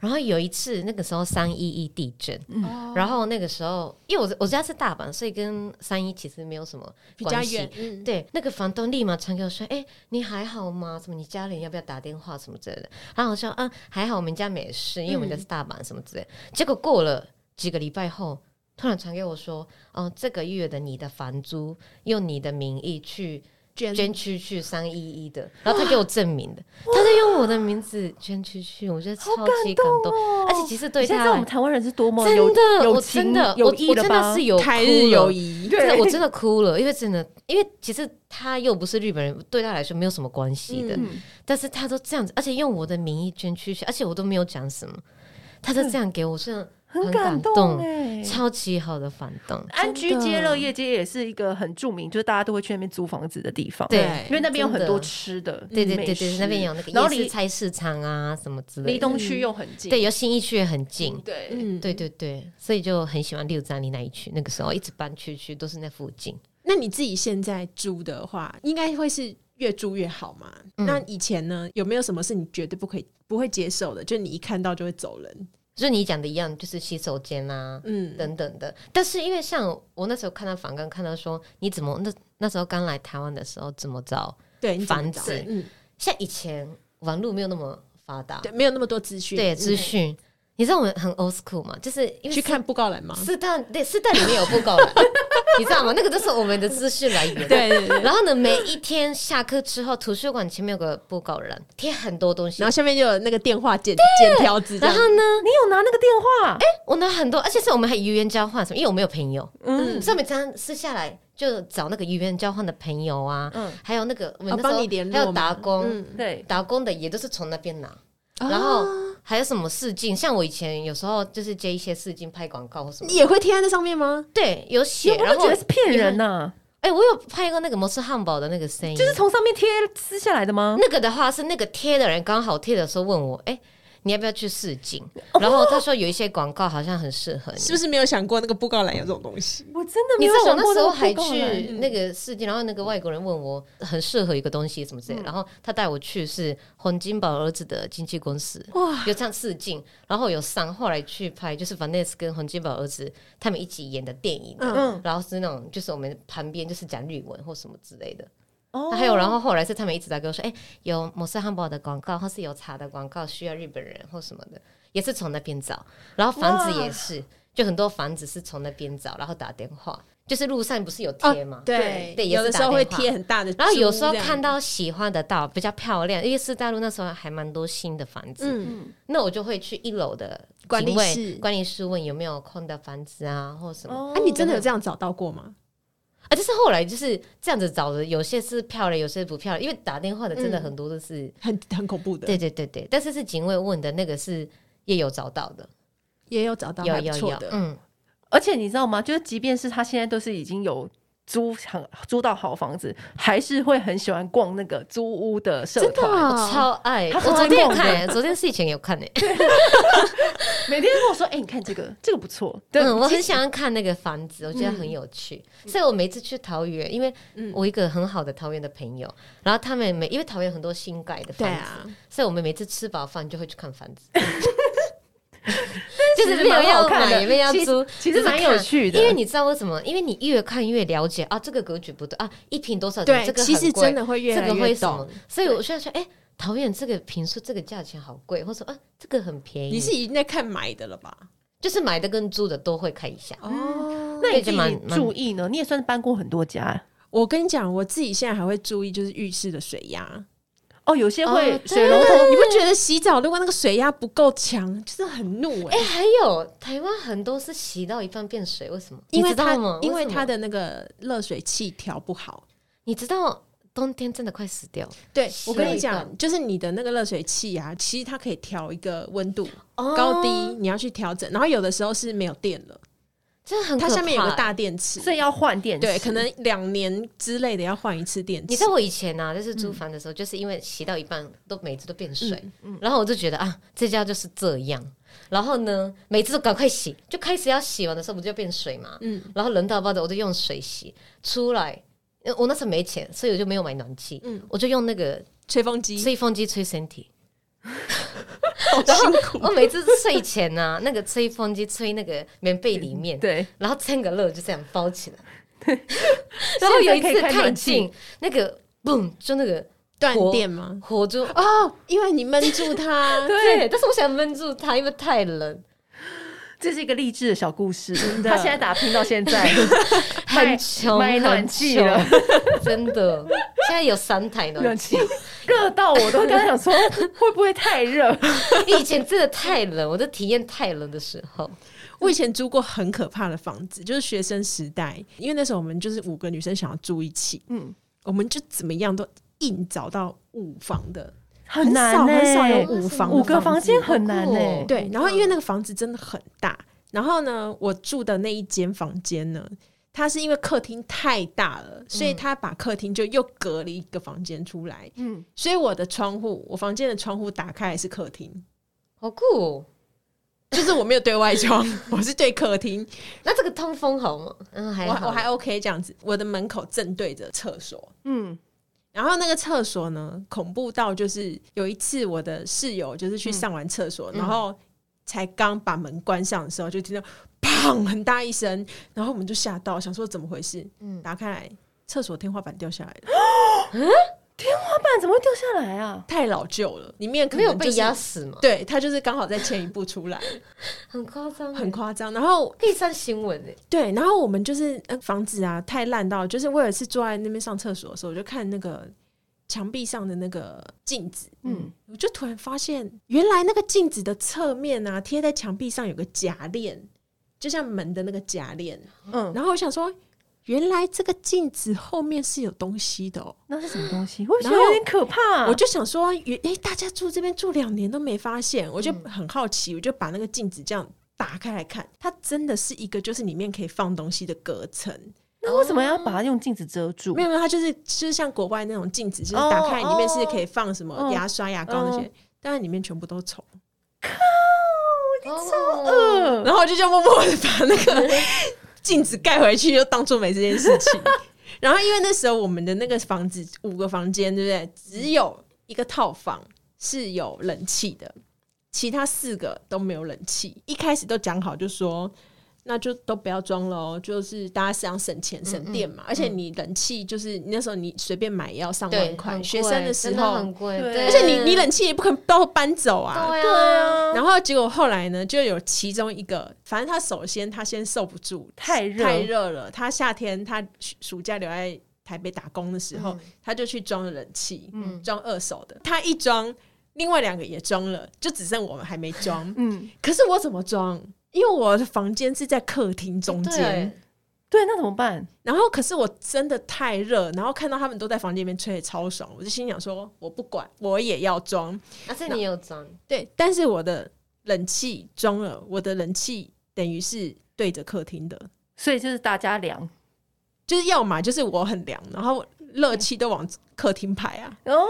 然后有一次，那个时候三一一地震，
哦
然后那个时候，因为我我家是大阪，所以跟三一其实没有什么
比较
关系
远，嗯
对，那个房东立马传给我说：“哎、你还好吗？什么你家人要不要打电话什么之类的？”然后我说：“嗯，还好，我们家没事，因为
嗯
我们家是大阪什么之类的。结果过了几个礼拜后，突然传给我说：“哦，这个月的你的房租用你的名义去
捐
捐出去三一一 的。”然后他给我证明的，他就用我的名字捐出去，我觉得超级感动，而且其实
哦
对
你现在知道
他
我
来
们台湾人是多么有
真的，我
有
真
情
的我
有义
我
了
真的
吧？
是有
台
哭
日
了
友谊，
真的，
对
我真的哭了，因为真的，因为其实他又不是日本人，对他来说没有什么关系的，
嗯
但是他都这样子，而且用我的名义捐出去，而且我都没有讲什么，他就这样给我，真的
很
感
感动嗯哎。
超级好的反动，
安居
真的
街、乐业街也是一个很著名，就是大家都会去那边租房子的地方。
对
因为那边有
真
很
的
多吃的，
对对对
美
对，
食
那边有那个
然后
夜市
离
菜市场啊什么之类
离
的，
东区又很近，
对，有新一区也很近。
对，
嗯，
对。对对，所以就很喜欢六张里那一区。那个时候一直搬区区都是那附近。
那你自己现在租的话，应该会是越租越好嘛？
嗯
那以前呢，有没有什么是你绝对不可以、不会接受的？就你一看到就会走人。
就是你讲的一样，就是洗手间啊，
嗯，
等等的。但是因为像我那时候看到房刚看到说，你怎么那那时候刚来台湾的时候怎么找？
对，你怎么
房
找
子
嗯，
像以前网络没有那么发达，
对，没有那么多资讯，
对
嗯
资讯，你知道我们很 old school 嘛，就是因为
去
四
看布告栏吗？
四大对四大里面有布 告栏，你知道吗？那个就是我们的资讯来源。
对对对。
然后呢，每一天下课之后，图书馆前面有个布告栏，贴很多东西
然后。下面就有那个电话剪剪条子这
然
样
后，呢，
你有拿那个电话？哎，
我拿很多，而且是我们还语言交换什么，因为我没有朋友，
嗯
所以每张私下来就找那个语言交换的朋友啊，
嗯，
还有那个我们
哦
那时候
帮你联络
还
嘛，
有打工，
嗯，
对，
打工的也都是从那边拿，然
然
后还有什么试镜，像我以前有时候就是接一些试镜拍广告或什么
你，也会贴在这上面吗？
对，有
你
写，
不
然
会
后
觉得是骗人
呢？
呐？
哎，我有拍过那个摩斯汉堡的那个声音，
就是从上面贴撕下来的吗？
那个的话是那个贴的人刚好贴的时候问我，哎。你要不要去试镜？然后他说有一些广告好像很适合你，
是不是没有想过那个布告栏有这种东西？
我真的没
嗯你知
有
道
想
我那
过
时候
个
还
布告栏
去那个试镜，然后那个外国人问我很适合一个东西什么
嗯
之类的，然后他带我去是洪金宝儿子的经纪公司，
哇，
有唱试镜，然后有上，后来去拍就是 Vanessa 跟洪金宝儿子他们一起演的电影，啊
嗯
然后是那种就是我们旁边就是讲日文或什么之类的，
哦
还有然后后来是他们一直在跟我说，哎、有摩斯汉堡的广告或是有茶的广告需要日本人或什么的，也是从那边找，然后房子也是，就很多房子是从那边找，然后打电话，就是路上不是有贴吗？
哦对
对也
有
是
的时
打
候会
电话
贴很大的，
然后有时候看，到喜欢的到比较漂亮，因为四大陆那时候还蛮多新的房子，
嗯，
那我就会去一楼的
管理
警卫
室
管理室问有没有空的房子啊，或什么。
哦
啊，你真的有这样找到过吗？
啊，就是后来就是这样子找的，有些是漂亮，有些不漂亮，因为打电话的真的
嗯
很多都是，
很很恐怖的，
对，对对对，但是是警卫问的那个是也有找到的，
也有找到
有
哦还不
有
错
有，
的，
嗯，
而且你知道吗？就是即便是他现在都是已经有租很租到好房子，还是会很喜欢逛那个租屋的社
真的
团。
团
哦、我超爱。
他
我
超爱
昨天有
逛的
看、昨天是以前有看欸诶、
每天跟我说：“哎、你看这个，这个不错。”对，
嗯，我
其
很喜欢看那个房子，我觉得很有趣。所以我每次去桃园，因为我一个很好的桃园的朋友，然后他们每因为桃园很多新盖的
对
房子，
啊，
所以我们每次吃饱饭就会去看房子。
其
就
实
是没有
蛮好
要
看
买，
的
也没有要
其实
租，
其实
就是
蛮有
看
趣的
因为你知道为什么？因为你越看越了解啊，这个格局不对啊，一瓶多少钱？
对，
这个
其实
很贵
真的会越
这
来
个
越
会什么
懂。？
所以我现在说，哎、桃园这个平数这个价钱好贵，或者说啊这个很便宜，
你是已经在看买的了吧？
就是买的跟租的都会看一下。
哦，
那你自
这个蛮
己
蛮
注意呢？你也算是搬过很多家
我跟你讲，我自己现在还会注意，就是浴室的水压。
哦，有些会
哦
水龙头
你不觉得洗澡如果那个水压不够强，就是很怒哎、
哎、还有台湾很多是洗到一半变水，为什么？
因为
你知道
它
吗？
因为
什么
它的那个热水器调不好。
你知道冬天真的快死掉了
对我跟
是
你
一
讲
个，
就是你的那个热水器啊，其实它可以调一个温度
哦
高低，你要去调整。然后有的时候是没有电了，
真的很可
它
怕。
下面有个，大电池，
所以要换电池。
对，可能两年之类的要换一次电池。
你知道我以前啊，就是租房的
嗯
时候，就是因为洗到一半都每次都变水，然后我就觉得啊，这家就是这样。然后呢，每次都赶快洗，就开始要洗完的时候不就变水嘛，
嗯
然后人到爆的我就用水洗出来。呃我那时候没钱，所以我就没有买暖气，
嗯
我就用那个
吹风机
吹风机吹身体。
好辛苦，
我每次睡前啊， 那个吹风机吹那个棉被里面，
对，
然后趁个热就这样包起来。 然后有一
现在
次
可以开
太
暖气
近，那个嘣，就那个
断
火
电吗？
火就
哦，因为你闷住 它，
对，但是我想闷住它，因为太 冷，
这是一个励志的小故 事。
的
他现在打拼到现 在，卖
很穷，
卖
很
暖气
穷
了，
真的。现在有三台暖
暖
气，
气热到我都跟他讲说，会不会太热？
以前真的太冷，我都体验太冷的时 候，
我以前租过很可怕的房子，就是学生时代，因为那时候我们就是五个女生想要住一起，
嗯，
我们就怎么样都硬找到五房的，
很难欸
少
呢、
很少有哎五房的
五个房
房
间
子
很难欸
好
呢、
酷哦
对，然后因为那个房子真的很大，然后呢，我住的那一间房间呢，它是因为客厅太大了，所
嗯
以它把客厅就又隔了一个房间出来，
嗯，
所以我的窗户，我房间的窗户打开来是客厅，
好酷、哦。
就是我没有对外窗， 我是对客厅，
那这个通风好吗？嗯，还
我
好，
我还 OK 这样子，我的门口正对着厕所。
嗯，
然后那个厕所呢，恐怖到就是有一次我的室友就是
嗯
去上完厕所，然后才刚把门关上的时候，就听到砰很大一声，然后我们就吓到，想说怎么回事？
嗯
打开来，厕所天花板掉下来了，
花瓣怎么会掉下来啊？
太老旧了，里面可
没有
能
被
就是
压死吗？
对，它就是刚好在前一步出来，
很夸张欸，
很夸张。然后
可以上新闻欸诶。
对，然后我们就是、呃、房子啊，太烂到，就是我有一次坐在那边上厕所的时候，我就看那个墙壁上的那个镜子，
嗯，
我就突然发现，原来那个镜子的侧面啊，贴在墙壁上有个夹链，就像门的那个夹链。
嗯，
然后我想说，原来这个镜子后面是有东西的哦。
那是什么东西？我觉
然
得
后
有点可怕、
我就想说，原诶、大家住这边住两年都没发现，我就
嗯
很好奇，我就把那个镜子这样打开来看，它真的是一个就是里面可以放东西的隔层。
那为什么要把它用镜子遮住？
没有没有，它就是就是像国外那种镜子，就是
哦
打开里面是可以放什
哦
么牙刷、牙膏那些
嗯，
但是里面全部都丑。
超恶，
呃，
然后我就这样默默的把那个镜子盖回去，就当做没这件事情。然后因为那时候我们的那个房子五个房间，对不对？只有一个套房是有冷气的，其他四个都没有冷气。一开始都讲好，就说。那就都不要装喽，就是大家想省钱省电嘛。而且你冷气就是你那时候你随便买也要上
嗯对，
万块，
很
学
贵
生的时
真
候，
很贵，
对
对
而且你你冷气也不可能都搬走啊，
对
对
啊，
啊，
然后结果后来呢，就有其中一个，反正他首先他先受不住，
太热
太热了。他夏天他暑暑假留在台北打工的时候，
嗯
他就去装了冷气，装二手的。他一装，另外两个也装了，就只剩我们还没装。
嗯，
可是我怎么装？因为我的房间是在客厅中间，
对
对，那怎么办？
然后可是我真的太热，然后看到他们都在房间里面吹得超爽，我就心想说，我不管，我也要装。
而且啊你有装，
对，但是我的冷气装了，我的冷气等于是对着客厅的，
所以就是大家凉，
就是要么就是我很凉，然后热气都往客厅排啊，
哦，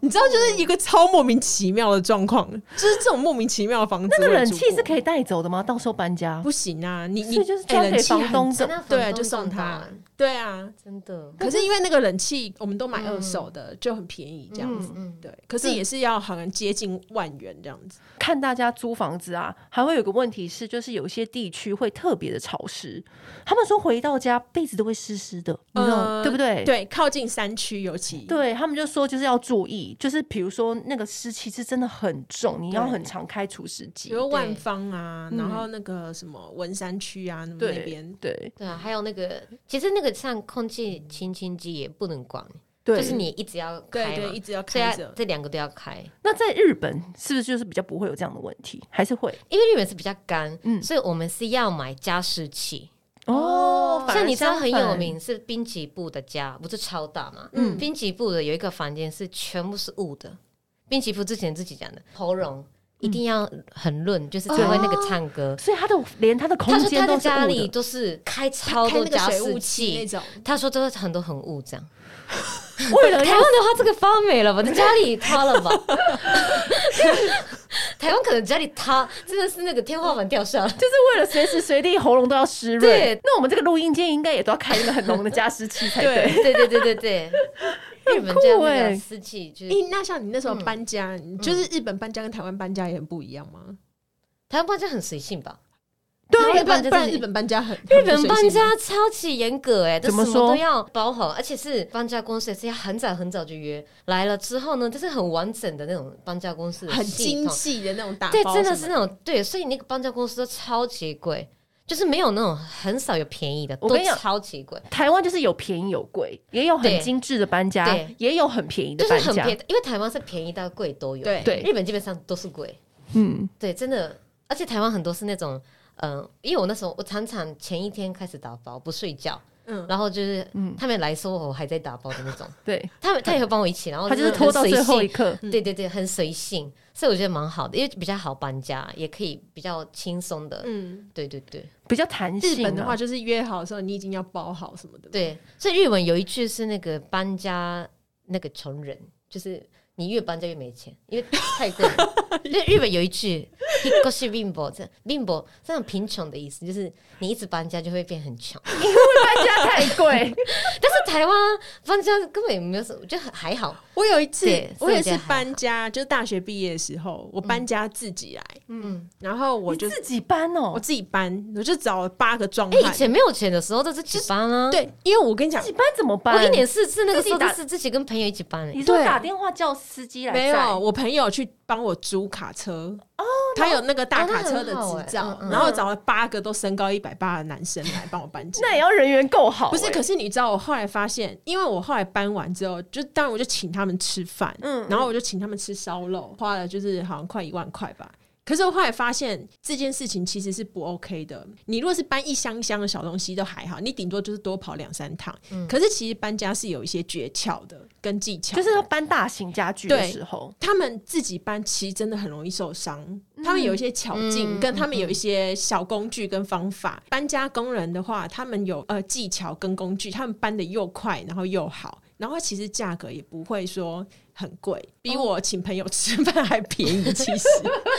你知道，就是一个超莫名其妙的状况，就是这种莫名其妙的房子，
那个
我也
冷
住
气
过
是可以带走的吗？到时候搬家，
不行啊，你
所
你
以就是
哎
交
冷
给
气
房
很
东
真
的。
的
对啊就送他对啊，
真的。
可是因为那个冷气我们都买二手
嗯
的，就很便宜这样子。
嗯，
对，可是也是要好像接近万元这样子。
看大家租房子啊，还会有个问题是，就是有一些地区会特别的潮湿，他们说回到家被子都会湿湿的，你知道、
呃
对不对？
对，靠近山区尤其。
对他们就说就是要注意，就是比如说那个湿气是真的很重，你要很常开除湿
比
机。
如万方啊，
对
然后那个什么文山区啊，那么
对
那边
对
嗯对啊，还有那个，其实那个像空气清新机也不能关，
对，
就是你一直要
对
开嘛
对，一，直要
所以
开
要
着。
这两个都要开。
那在日本是不是就是比较不会有这样的问题？还是会
因为日本是比较干，
嗯
所以我们是要买加湿器。
哦反而
像你知道很
相
有
反
名是滨崎步的家，不是超大嘛？
嗯
滨崎步的有一个房间是全部是雾的。滨崎步之前自己讲的，喉咙一定要很润，就是才会那个唱歌。
所以他的连他的哦空
他说
间
他
都
的
是
家
雾
里
的。
都是开
它
超
开
多
那个
加
水
湿
雾器那
器，
种，
他说都是很多很雾这样。
为了
台
呃要
湾的话，这个发霉了吧？在家里塌了吧？台湾可能家里塌，真的是那个天花板掉下来。
就是为了随时随地喉咙都要湿润
对，
那我们这个录音间应该也都要开一个很浓的加湿器才对。
对对对对对，日本这样那个湿气就是。
诶，那像你那时候
嗯
搬家，你就是日本搬家跟台湾搬家也很不一样吗？
台湾搬家很随性吧？
对
啊
不然
日本搬家
不然
就是
日本搬家很
日
很
本
不随
搬
性吗
家超级严格哎、欸，就
怎么
什
说
么都要包好，而且是搬家公司也是要很早很早就约。来了之后呢，就是很完整的那种搬家公司的
很
系
精
统，
细的那种打包
对，
什么，
真的是那种对，所以那个搬家公司都超级贵，就是没有那种很少有便宜的，
我
都
跟你讲
超级贵。
台湾就是有便宜有贵，也有很
对
精致的搬家
对，
也有很便宜的
就是
搬
很
家
便。宜，因为台湾是便宜到贵都有，
对
对
日本基本上都是贵，
嗯，
对，真的，而且台湾很多是那种，嗯、因为我那时候我常常前一天开始打包不睡觉，
嗯
然后就是、他们来说我还在打包的那种，
对，
他们他也会帮我一起，然后
他就是
哦很
拖到
随
最后
性
一刻。
对对对，很随性，所以我觉得蛮好的，因为比较好搬家，也可以比较轻松的，
嗯。
对对对
比较弹性、啊。
日本的话，就是约好的时候你已经要包好什么的。，
对，所以日文有一句是那个搬家那个穷人，就是。你越搬家越没钱，因为太贵了。因为日本有一句 h i k o s h i bimbo”，这 “bimbo” 这种贫穷的意思，就是你一直搬家就会变很穷。
搬家太贵，
但是台湾搬家根本也没有什么，就很还好。
我有一次
对，
我有一次
所以我觉得还
搬家，就是大学毕业的时候，我搬家自己来，
嗯，
然后 我
我
就
自己搬哦、
我自己搬，我就找了八个壮
哎、以
汉。
前没有钱的时候都是自己搬啊。，
对，因为我跟你讲
自，己搬怎么搬？
我一年四次那个时候都
自
是自己跟朋友一起搬、欸
你。说
对
打电话叫司机来载
没有，我朋友去帮我租卡车，他有那个大
哦那
卡车的
很好哎
执照，
嗯嗯
然后找了八个都身高一百八的男生来帮我搬家。
那也要人缘够好、
不是，
欸
可是你知道，我后来发现，因为我后来搬完之后，就当然我就请他们吃饭，
嗯
嗯，然后我就请他们吃烧肉，花了就是好像快一万块吧。可是我后来发现这件事情其实是不 OK 的。你如果是搬一箱一箱的小东西都还好，你顶多就是多跑两三趟。可是其实搬家是有一些诀窍的跟技巧的，
嗯就是要搬大型家具的
对
时候，
他们自己搬其实真的很容易受伤，他们有一些巧劲，
嗯
跟他们有一些小工具跟方法。搬家工人的话，他们有呃技巧跟工具，他们搬的又快，然后又好，然后其实价格也不会说很贵，比我请朋友吃饭还便宜。其 实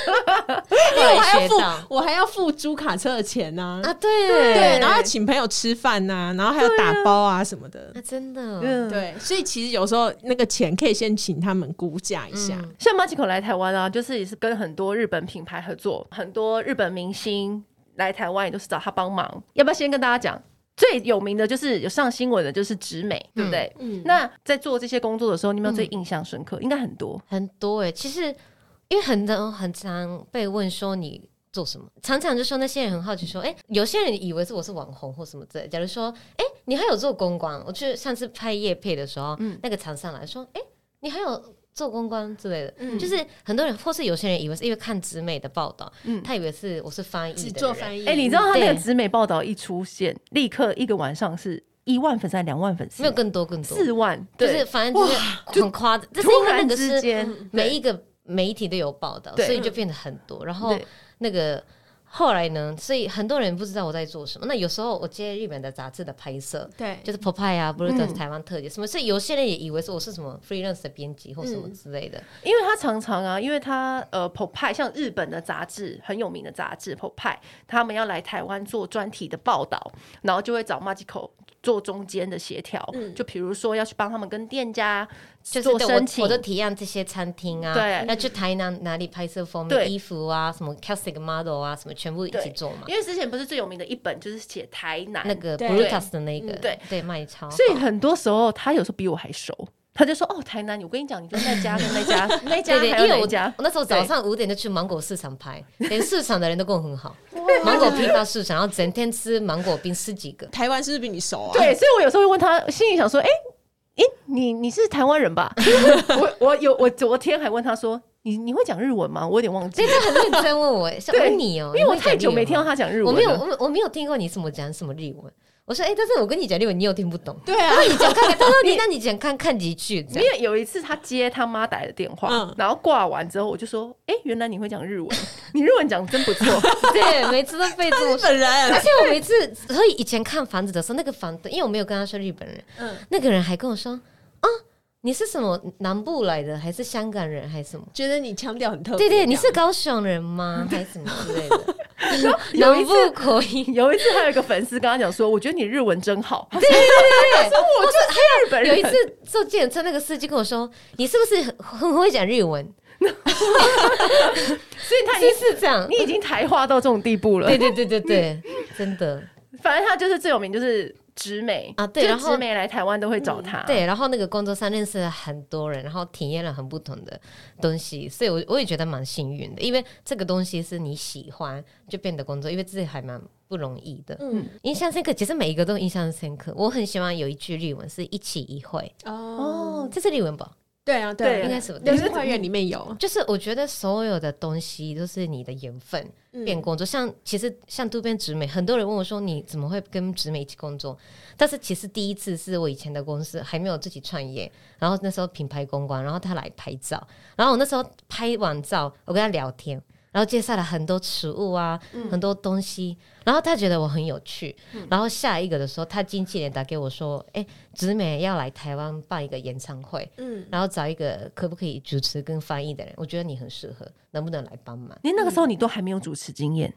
后
我还
来
要
学到
付我还要付租卡车的钱呢、
啊，对
对，然后要请朋友吃饭呐、然后还有打包啊什么的。
啊，真的，
嗯，。
对，所以其实有时候那个钱可以先请他们估价一下。
像 Machiko 来台湾啊，就是也是跟很多日本品牌合作，很多日本明星来台湾也都是找他帮忙。要不要先跟大家讲？最有名的就是有上新闻的，就是植美，对不对？
嗯
那在做这些工作的时候，你有没有最印象深刻？应该很多。
很多哎、其实因为很多很常被问说你做什么，常常就说那些人很好奇说，哎、有些人以为是我是网红或什么之类。假如说，哎、你还有做公关？我去上次拍夜配的时候，
嗯
那个厂商来说，哎、你还有。做公关之类的，
嗯
就是很多人，或是有些人以为是因为看直美的报道，他以为是我是翻译的
嗯只
人，
做翻译，
哎、你知道他那个
对
植美报道一出现，立刻一个晚上是一万粉丝、两万粉丝，
没有更多更多，
四万，
就是
对，
反正就是很夸张，就是
突
因为那
然
个
之
是嗯
间，
每一个媒体都有报道，
对
所以就变得很多。然后
对
那个后来呢，所以很多人不知道我在做什么。那有时候我接日本的杂志的拍摄，
对，
就是 Popeye 啊，不是
嗯
都是台湾特辑、什么，所以有些人也以为说我是什么 freelance 的编
嗯
辑或什么之类的。
因为他常常啊，因为他呃 p o p e 像日本的杂志很有名的杂志 p o p e 他们要来台湾做专题的报道，然后就会找 Magico 做中间的协调，就比如说要去帮他们跟店家
嗯就是
做
对
申
我，
请
我，都提案这些餐厅啊，
对
那去台南哪里拍摄封
对
面、衣服啊，什么 classic model 啊，什么全部一起
对
做嘛。
因为之前不是最有名的一本就是写台南
那个
对
Brutus 的那个，
嗯对
对，卖超好。
所以很多时候他有时候比我还熟，他就说：“哦，台南，我跟你讲，你就那家跟那 家，那家
对对，
还
因
有
为
那
我
家。
我那时候早上五点就去芒果市场拍，连市场的人都跟我很好，芒果批发市场，然后整天吃芒果冰十几个。
台湾是不是比你熟啊？
对，所以我有时候会问他，心里想说：“哎、哎、你你是台湾人吧？” 我我有我昨天还问他说：“你你会讲日文吗？”我有点忘记
所以，他很认真 问我，想
对
问你哦、
因为我
你会讲
太久
日文吗
没听到他讲日
我
文了。
没有，我没有我没有听过你什么讲什么日文。我说，哎、但是我跟你讲日文，你又听 不懂。
对啊，
你讲看看，他说 你那你讲看看几句这
因
样。
为有一次他接他妈打来的电话，
嗯
然后挂完之后，我就说：“哎、原来你会讲日文， 你日文讲得真不错。
对，每次都被这么说。
本人
而且我每次，所以以前看房子的时候，那个房东，因为我没有跟他说日本人，
嗯
那个人还跟我说，啊，你是什么南部来的，还是香港人，还是什么？
觉得你腔调很特别，
对对，你
这
是
样
高雄人吗？还是什么之类的？
有一
南
次
部口音。
有一次还有一个粉丝跟他讲说：“我觉得你日文真好。”对对对，哦他说：“我就是日本人。”
有一次坐计程车，那个司机跟我说：“你是不是很很会讲日文
所以？”他已
是
经
是这样
你，已经台化到这种地步了
对。对对对对，真的
反正他就是最有名就是直美
啊对
就是
然后
直美来台湾都会找他。
对。然后那个工作上认识了很多人，然后体验了很不同的东西，所以我我也觉得蛮幸运的，因为这个东西是你喜欢就变得工作，因为自己还蛮不容易的。
嗯
印象深刻，其实每一个都印象深刻。我很喜欢有一句日文是“一起一会
哦”，，
这是日文吧？
对啊
对
对啊，
应该是吧
流星花园里面有，
就是我觉得所有的东西都是你的缘分变工作，像其实像渡边直美，很多人问我说你怎么会跟直美一起工作？但是其实第一次是我以前的公司还没有自己创业，然后那时候品牌公关，然后他来拍照，然后我那时候拍完照，我跟他聊天，然后介绍了很多食物啊，很多东西，然后他觉得我很有趣，然后下一个的时候，他经纪人打给我说，哎、直美要来台湾办一个演唱会，
嗯，
然后找一个可不可以主持跟翻译的人，我觉得你很适合，能不能来帮忙？
你那个时候你都还没有主持经验，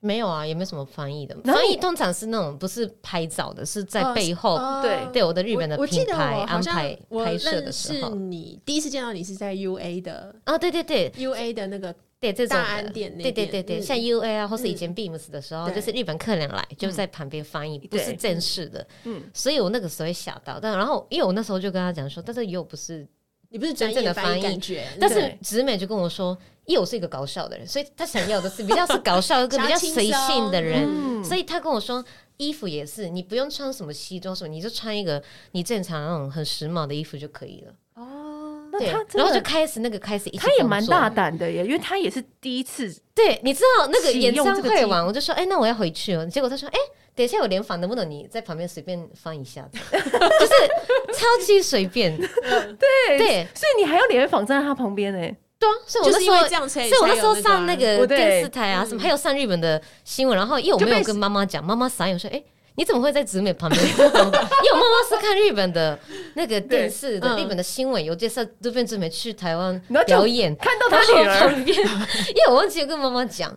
没有啊，也没有什么翻译的，
然后
翻译通常是那种不是拍照的，是在
哦
背后、
哦
对
对我的日本的
我我记
品
得
牌
我好
安
像
排
我
拍摄的
认
时
识
候。
你第一次见到你是在 U A 的
哦，对对对
U A 的那个
对，这种
大
的
安，店那
对
边，
对对对，
嗯
像 U A 啊，或是以前 Beams 的时候，
对
就是日本客人来就在旁边翻译，不是
对
正式的，
嗯
所以我那个时候也吓到，但然后因为我那时候就跟他讲说，但是又不是
你不是专业
真正的
翻译
翻译
感觉，
但是
对
直美就跟我说，因为我是一个搞笑的人，所以他想要的是比较是搞笑 跟比较随性的人，
嗯，
所以他跟我说。衣服也是，你不用穿什么西装什么，你就穿一个你正常那种很时髦的衣服就可以了。
哦，
那
对
他，真
然后就
的
开始那个开始一起
他也
工
蛮
作
大胆的耶，因为他也是第一次，
对，你知道那个
启
演
用
唱
这个
会
机
完，我就说，哎、那我要回去了。结果他说，哎、等一下我联访，能不能你在旁边随便翻一下？ 就是超级随便，
对
对
所以你还要连访站在他旁边欸呢。
对啊。所以我
就
那
是
时
因
候
为这样才，
所以我那时候
才有
上那
啊嗯
个
对
电视台啊，什么还有上日本的新闻，然后因为我没
就被
有跟妈妈讲，妈妈傻眼我说：“哎、你怎么会在直美旁边？” 因为我妈妈是看日本的那个电视的
对嗯
日本的新闻，有介绍渡边直美去台湾
然后就
表演，
看到他女
然后
儿，
旁边， 因为我忘记跟妈妈讲，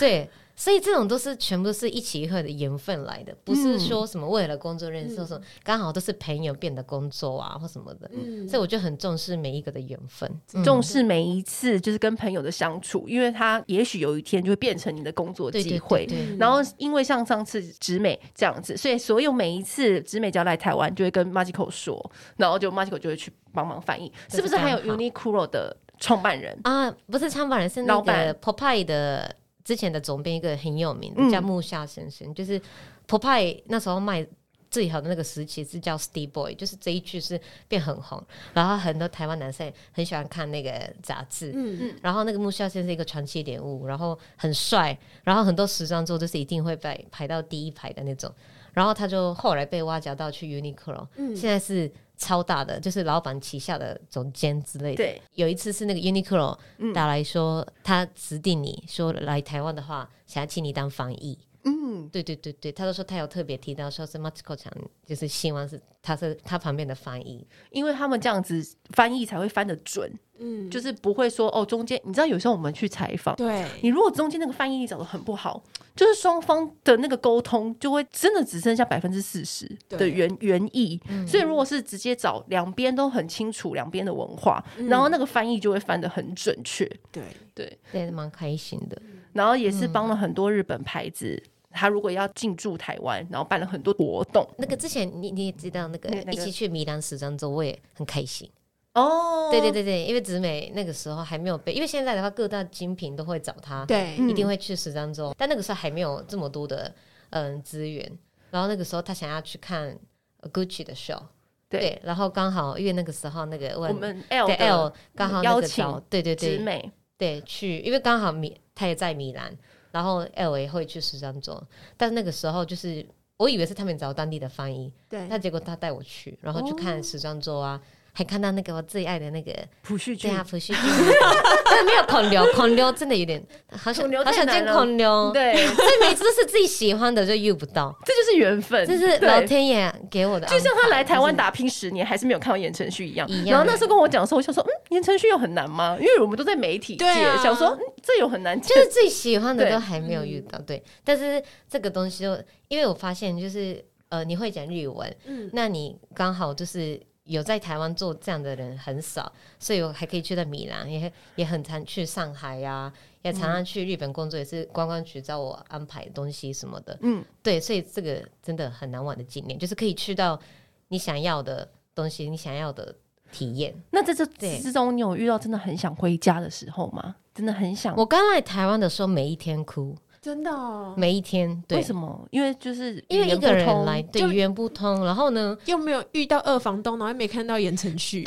对。所以这种都是全部都是一起一会的缘分来的，不是
嗯
说什么为了工作认识，或什么刚好都是朋友变得工作啊或什么的，
嗯
所以我就很重视每一个的缘分。嗯
重视每一次就是跟朋友的相处，因为他也许有一天就会变成你的工作
对对
机
对
会。
对
嗯
然后，因为像上次直美这样子，所以所有每一次直美只要来台湾，就会跟 Magico 说，然后就 Magico 就会去帮忙翻译，
对
是不是还有
非常好
Uniqlo 的创办人？
啊，不是创办人，是那
老板
个 Popeye 的之前的总编，一个很有名的、
嗯
叫木下先生，就是 Popeye 那时候卖。最好的那个时期是叫 Steve Boy，就是这一句是变很红，然后很多台湾男生很喜欢看那个杂志，
嗯
然后那个木下先生是一个传奇人物，然后很帅，然后很多时装周就是一定会被
嗯
排到第一排的那种。然后他就后来被挖角到去 Uniqlo，、现在是超大的，就是老板旗下的总监之类的。
对，
有一次是那个 Uniqlo 打来说，他指定你说来台湾的话，想要请你当翻译。
嗯，
对对对对，他都说他有特别提到说是 Matsuko 强，就是希望是他是他旁边的翻译。
因为他们这样子翻译才会翻得准，
嗯，
就是不会说哦中间，你知道有时候我们去采访。
对，
你如果中间那个翻译找的很不好，就是双方的那个沟通就会真的只剩下百分之四十的
对
原原意。所以如果是直接找两边都很清楚两边的文化，然后那个翻译就会翻得很准确。
对，
对，
对，蛮开心的。
然后也是帮了很多日本牌子。他如果要进驻台湾，然后办了很多活动
那个之前你你也知道，那个
那个
一起去米兰时装周，我也很开心。
哦
对对，对对，因为直美那个时候还没有被，因为现在的话各大精品都会找他，
对
嗯
一定会去时装周，但那个时候还没有这么多的嗯资源。然后那个时候他想要去看呃 Gucci 的 show，
对
然后刚好因为那个时候那个
我们 L
对
的嗯
L 刚好那
邀
个
请
找对对对
直美，
对，去，因为刚好米他也在米兰，然后 L 也会去时装周，但那个时候就是我以为是他们找当地的翻译，
对，
那结果他带我去，然后去看时装周啊。
哦
还看到那个我最爱的那个
朴叙
对
俊
啊，福煦君， 但没有孔刘，孔刘真的有点好想
孔刘
好
太
想见
难了
孔刘，
对，
所以每次都是自己喜欢的就遇不 到，
这就是缘分，
这是
对
老天爷给我的安排。
就像他来台湾打拼十年，还是没有看到言承旭一样
一。样
然后那时候跟我讲的时候，我想说，嗯，言承旭有很难吗？因为我们都在媒体界，
对啊
想说、嗯、这有很难
就
见。
是最喜欢的
对嗯
都还没有遇到，对。但是这个东西就，因为我发现就是呃，你会讲日文，
嗯
那你刚好就是有在台湾做这样的人很少，所以我还可以去到米兰，也也很常去上海呀、也
嗯
常常去日本工作，也是观光局找我安排东西什么的，
嗯，
对。所以这个真的很难忘的纪念，就是可以去到你想要的东西，你想要的体验。
那在这
对
之中，你有遇到真的很想回家的时候吗？真的很想。
我刚来台湾的时候，每一天哭，
真的哦，
每一天，对
为。什么？因为就是
因为
语
一
言
个
不
人
通
来，对
就
语言不通，然后呢，
又没有遇到二房东，然后又没看到言承 旭，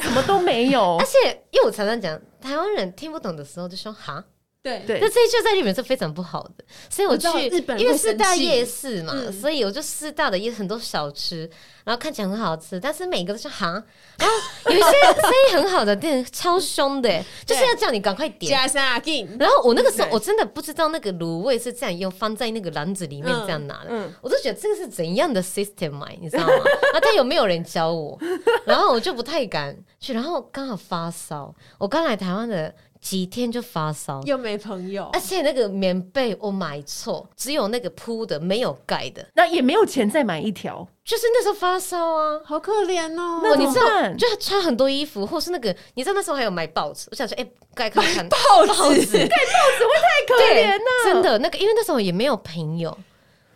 什么都没有
哦
而。且因为我常常讲，台湾人听不懂的时候就说哈，
对
对
那这一句在日本是非常不好的，所以我
我
去
知道日本人
因为
会
四
生
大
气
夜市嘛，
嗯
所以我就四大的也很多小吃，然后看起来很好吃，但是 每个都是哈，然后有一些生意很好的店超凶的，就是要叫你赶快点。
加上阿进，
然后我那个时候
对
我真的不知道那个卤味是这样用，放在那个篮子里面这样拿的，
嗯，
我都觉得这个是怎样的 system 哎、你知道吗？啊，但有没有人教我？然后我就不太敢去，然后刚好发烧，我刚来台湾的几天就发烧，
又没朋友
而，且那个棉被我买错，只有那个铺的，没有盖的，
那也没有钱再买一条，
就是那时候发烧啊。
好可怜哦。
那
你
怎么
知道，
办
就穿很多衣服，或是那个，你知道那时候还有买报纸，我想说，哎、盖看看
报 纸，
太可
对
怜啊了，
真的那个，因为那时候也没有朋友，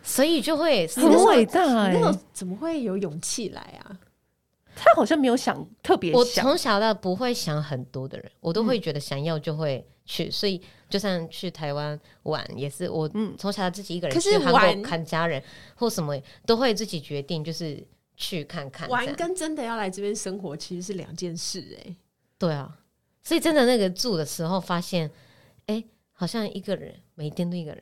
所以就会
很伟大哎
你那、时候怎么会有勇气来 啊？
他好像没有想特别
我
想，
从小到不会想很多的人，我都会觉得想要就会去，所以就算去台湾玩也是我
嗯
从小自己一个人
可是
去韩
玩
国看家人或什么都会自己决定，就是去看看这
玩
样
跟真的要来这边生活其实是两件事哎。
对啊，所以真的那个住的时候发现，哎、好像一个人每天都一个人，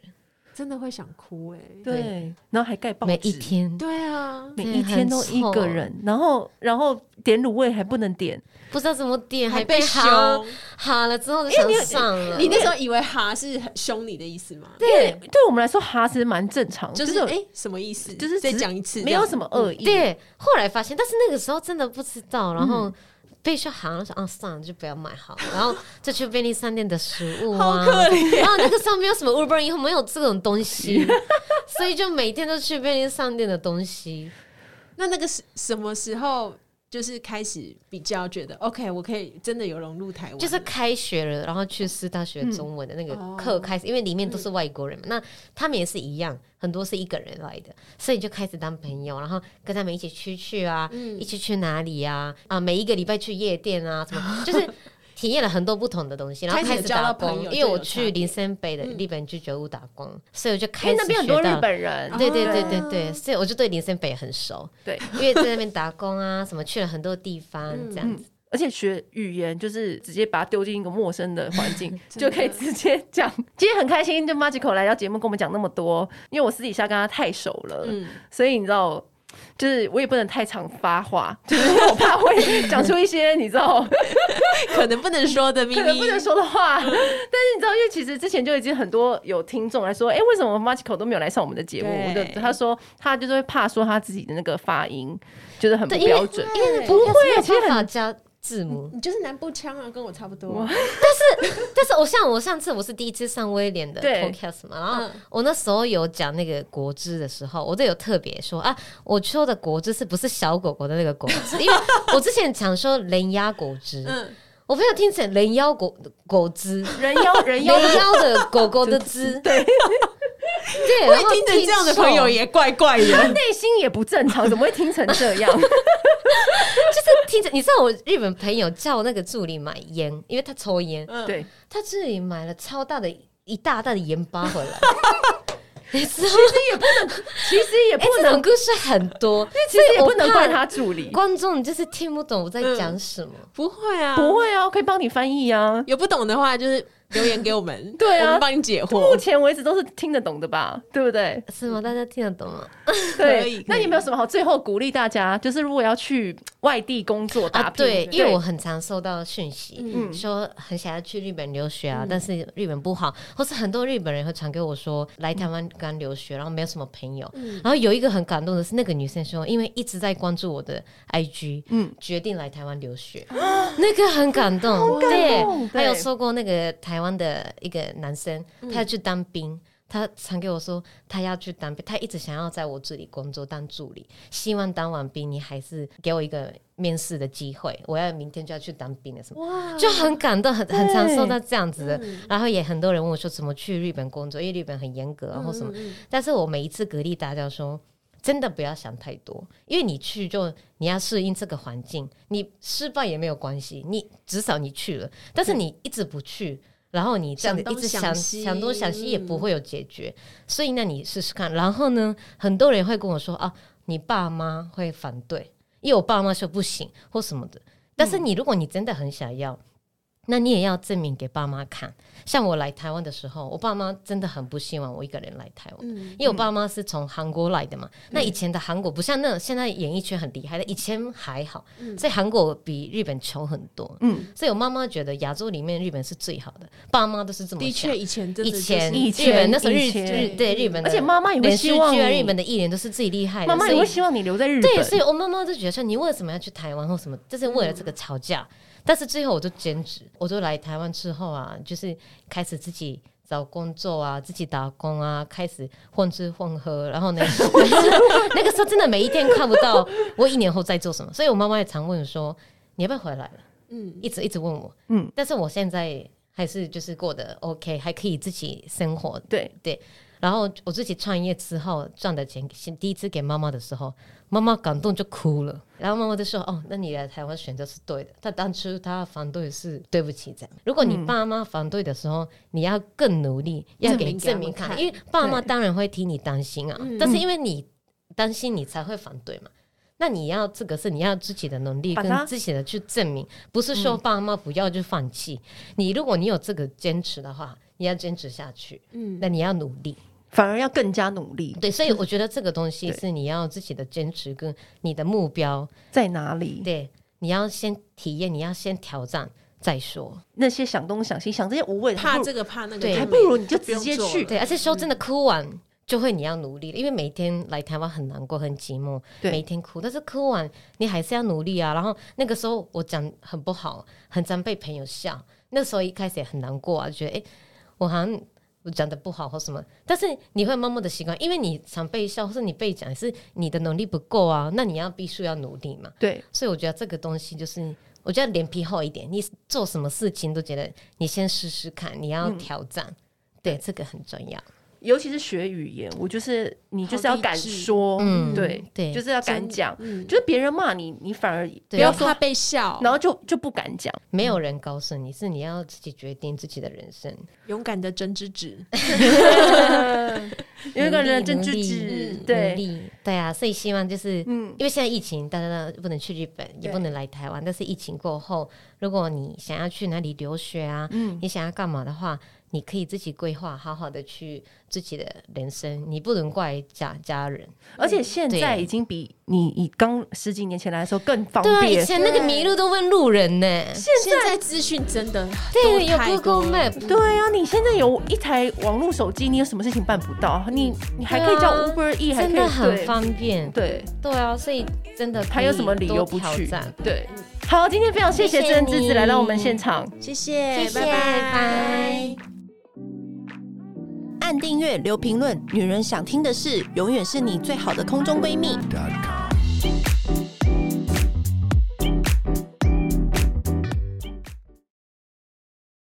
真的会想哭哎、
对，然后还盖报纸，
每一天
对啊，
每一天都一个人，然后然后点卤味还不能点，
不知道怎么点，还
被
哈哈了之后就想上了，
你那时候以为哈是很凶你的意思吗？
对，对我们来说哈其实蛮正常，
就是
有
哎、什么意思？
就是
再
只
讲一次，
没有什
么。
么恶意。
嗯对，后来发现，但是那个时候真的不知道，然后被说好了，说啊，算了，就不要买好了，然后就去便利商店的食物
好
啊，
可
然后那个时候没有什么 Uber，以后没有这种东西，所以就每天都去便利商店的东西。
那那个是什么时候？就是开始比较觉得 OK，我可以真的有融入台湾了，
就是开学了，然后去师大学中文的那个
嗯
课
哦嗯
开始，因为里面都是外国人嘛，那他们也是一样，很多是一个人来的，所以就开始当朋友，然后跟他们一起出去啊，
嗯
一起去哪里啊，啊，每一个礼拜去夜店啊，什么，就是体验了很多不同的东西，然后
开始
开始
交
打
到朋
工，
友
因为
就
我
有
去
差别
林森北的
嗯哎
日本居酒屋打工，所以我就
因
开
为
始
那边很多
学到
日本人
啊，
对对对
哦
对对，所以我就对林森北很熟，
对，
因为在那边打工啊，什么去了很多地方
嗯
这样子。
而且学语言就是直接把它丢进一个陌生的环境，
真的
就可以直接讲。 今天很开心，就 Magical 来到节目跟我们讲那么多，因为我私底下跟他太熟了，
嗯，
所以你知道。就是我也不能太常发话，就是因为我怕会讲出一些你知道
可能不能说的秘
可能不能说的 话。但是你知道，因为其实之前就已经很多有听众来说，哎、为什么 Marco 都没有来上我们的节目？我
对
就他说他就是会怕说他自己的那个发音就是很不
对因为
标准。
因为
对
不会，
其
啊
实
其
很
实法加字母。
你就是南部腔啊，跟我差不多。
但是我像我上次我是第一次上威廉的
对
podcast 嘛，然后
嗯
我那时候有讲那个果汁的时候，我都有特别说啊，我说的果汁是不是小狗狗的那个果汁？因为我之前讲说人鸭果汁，
嗯，
我朋友听成人妖果果 汁，
人 妖人
人
妖
妖的狗狗的汁，对 对，然后
听着这样的朋友
也
也怪怪的。
内心也不正常，怎么会听成这 样？
就是听着，你知道我日本朋友叫那个助理买烟，因为他抽烟，
嗯，
对，
他助理买了超大的一大袋的盐巴 回来。你知道吗，
其实也
哎
不，
这
能，
种故事很多，
其实也
所以我
不能
怕
怪他嗯助理。
观众就是听不懂我在讲什么。
不会啊，
不。会啊，我可以帮你翻译啊。
有不懂的话，就是留言给我们，
对啊
我们帮你解惑
目。前为止都是听得懂的吧，对不对？
是吗？大家听得懂吗？
可以
对。
可
那
以
你有没有什么好最后鼓励大家？就是如果要去外地工作打
啊，
拼，
对，因为我很常收到讯息，
嗯
说很想要去日本留学啊，但是日本不好，或是很多日本人会传给我说来台湾刚留学，然后没有什么朋友。
嗯
然后有一个很感动的是，那个女生说，因为一直在关注我的 IG，
嗯
决定来台湾留学，那个很感动。对
动，
还有
对
说过那个台湾的一个男生，他要去当兵。他传给我说，他要去当兵，他一直想要在我这里工作当助理，希望当完兵你还是给我一个面试的机会，我要明天就要去当兵了什么。
哇，
就很感动，很很常收
对
到这样子的，然后也很多人问我说怎么去日本工作，因为日本很严格啊或什么。但是我每一次鼓励大家说，真的不要想太多，因为你去就你要适应这个环境，你失败也没有关系，你至少你去了，但是你一直不去。然后你这样
想
子
东
一直
想
想
西
想东想西也
嗯
不会有解决，所以那你试试看。然后呢，很多人会跟我说啊，你爸妈会反对，因为我爸妈说不行或什么的。但
嗯
是你如果你真的很想要，那你也要证明给爸妈看。像我来台湾的时候，我爸妈真的很不希望我一个人来台湾，
嗯，
因为我爸妈是从韩国来的
嗯
嘛。那以前的韩国不像那种现在演艺圈很厉害的，以前还好，所以韩国比日本穷很多。
嗯
所以我妈妈觉得亚洲里面日本是最好的，爸妈都是这么
的
想
确，。以前真
以
的就是
前
以
日
前
本那时候日
以前
日对日本的，
而且妈妈也会
连
希
续
望
剧啊，
你
日本的艺人都是最厉害的。
妈妈也
所
会
以
希望你留在日
对，
本，
所以我妈妈就觉得说，你为什么要去台湾或什么，就是为了这个吵架。但是最后我就兼职，我就来台湾之后啊，就是开始自己找工作啊，自己打工啊，开始混吃混喝。然后呢，那个时候真的每一天看不到我一年后在做什么，所以我妈妈也常问我说，你要不要回来了？
嗯
一直一直问我，
嗯
嗯，但是我现在还是就是过得 OK，还可以自己生活，
对
对。然后我自己创业之后赚的钱，先第一次给妈妈的时候，妈妈感动就哭了。然后妈妈就说：“哦，那你来台湾选择是对的，但当初她反对是对不起这样。如果你爸
嗯
妈反对的时候，你要更努力，要给
证
证
明
明
给他们
看，
看
因为爸妈当然会替你担心啊，
嗯
但是因为你担心，你才会反对嘛。那你要这个是你要自己的能力
把
跟
它嗯
自己的去证明，不是说爸妈不要就放弃。你如果你有这个坚持的话，你要坚持下去，
嗯，
那你要努力。
反而要更加努力。
对，所以我觉得这个东西
嗯对嗯
是你要自己的坚持跟你的目标，
在哪里？
对，你要先体验，你要先挑战再说。
那些想东想西，想这些无谓的，
怕
不如
这个怕那个，
对
就
还不
没
如你就
不用
直接
做
去
了
对，而且
嗯
说真的，哭完就会你要努力了，因为每天来台湾很难过，很寂寞，
对
每天哭，但是哭完你还是要努力啊。然后那个时候我讲很不好，很常被朋友笑，那时候一开始也很难过啊，觉得诶，我好像。我讲的不好或什么，但是你会慢慢的习惯，因为你常被笑，或是你被讲是你的能力不够啊，那你要必须要努力嘛。
对
所以我觉得这个东西就是，我觉得脸皮厚一点，你做什么事情都觉得你先试试看，你要
嗯
挑战，对，这个很重要。
尤其是学语言，我就是你就是要
好励志
敢说，
嗯
对
对
就是要敢
真的
讲，
嗯
就是别人骂你，你反而不
不
对
要
要
说
怕，被笑，
然后就就不敢 讲。
没有人告诉你，是你要自己决定自己的人生。
嗯
勇敢的针织指，
有一个人真
努
知
力嗯
之
努
嗯对，
力，对啊，所以希望就是，
嗯
因为现在疫情，大家都不能去日本，也
对
不能来台
嗯
湾，但是疫情过后，如果你想要去哪里留学啊，你想要干嘛的话，你可以自己规划，好好的去自己的人生，你不能怪家家人。
而且现在已经比你以刚十几年前来的时候更方
对啊，以
便。
前那个迷路都问路人呢、
现在资讯真的都
对，有
太
Google
多了
Map，
对啊，你现在有一台网络手机，你有什么事情办不到？你你还可以叫
对啊
Uber E，还可
真
以
的很
对
方便。
对，
对啊，所以真的
还有什么理由不
可以多
去
挑战？
对，好，今天非常谢谢
谢
真
谢
真之子来到我们
你
现场，
谢谢，
谢谢
拜拜
拜。
按订阅留评论，女人想听的事，永远是你最好的空中闺蜜。
dot com.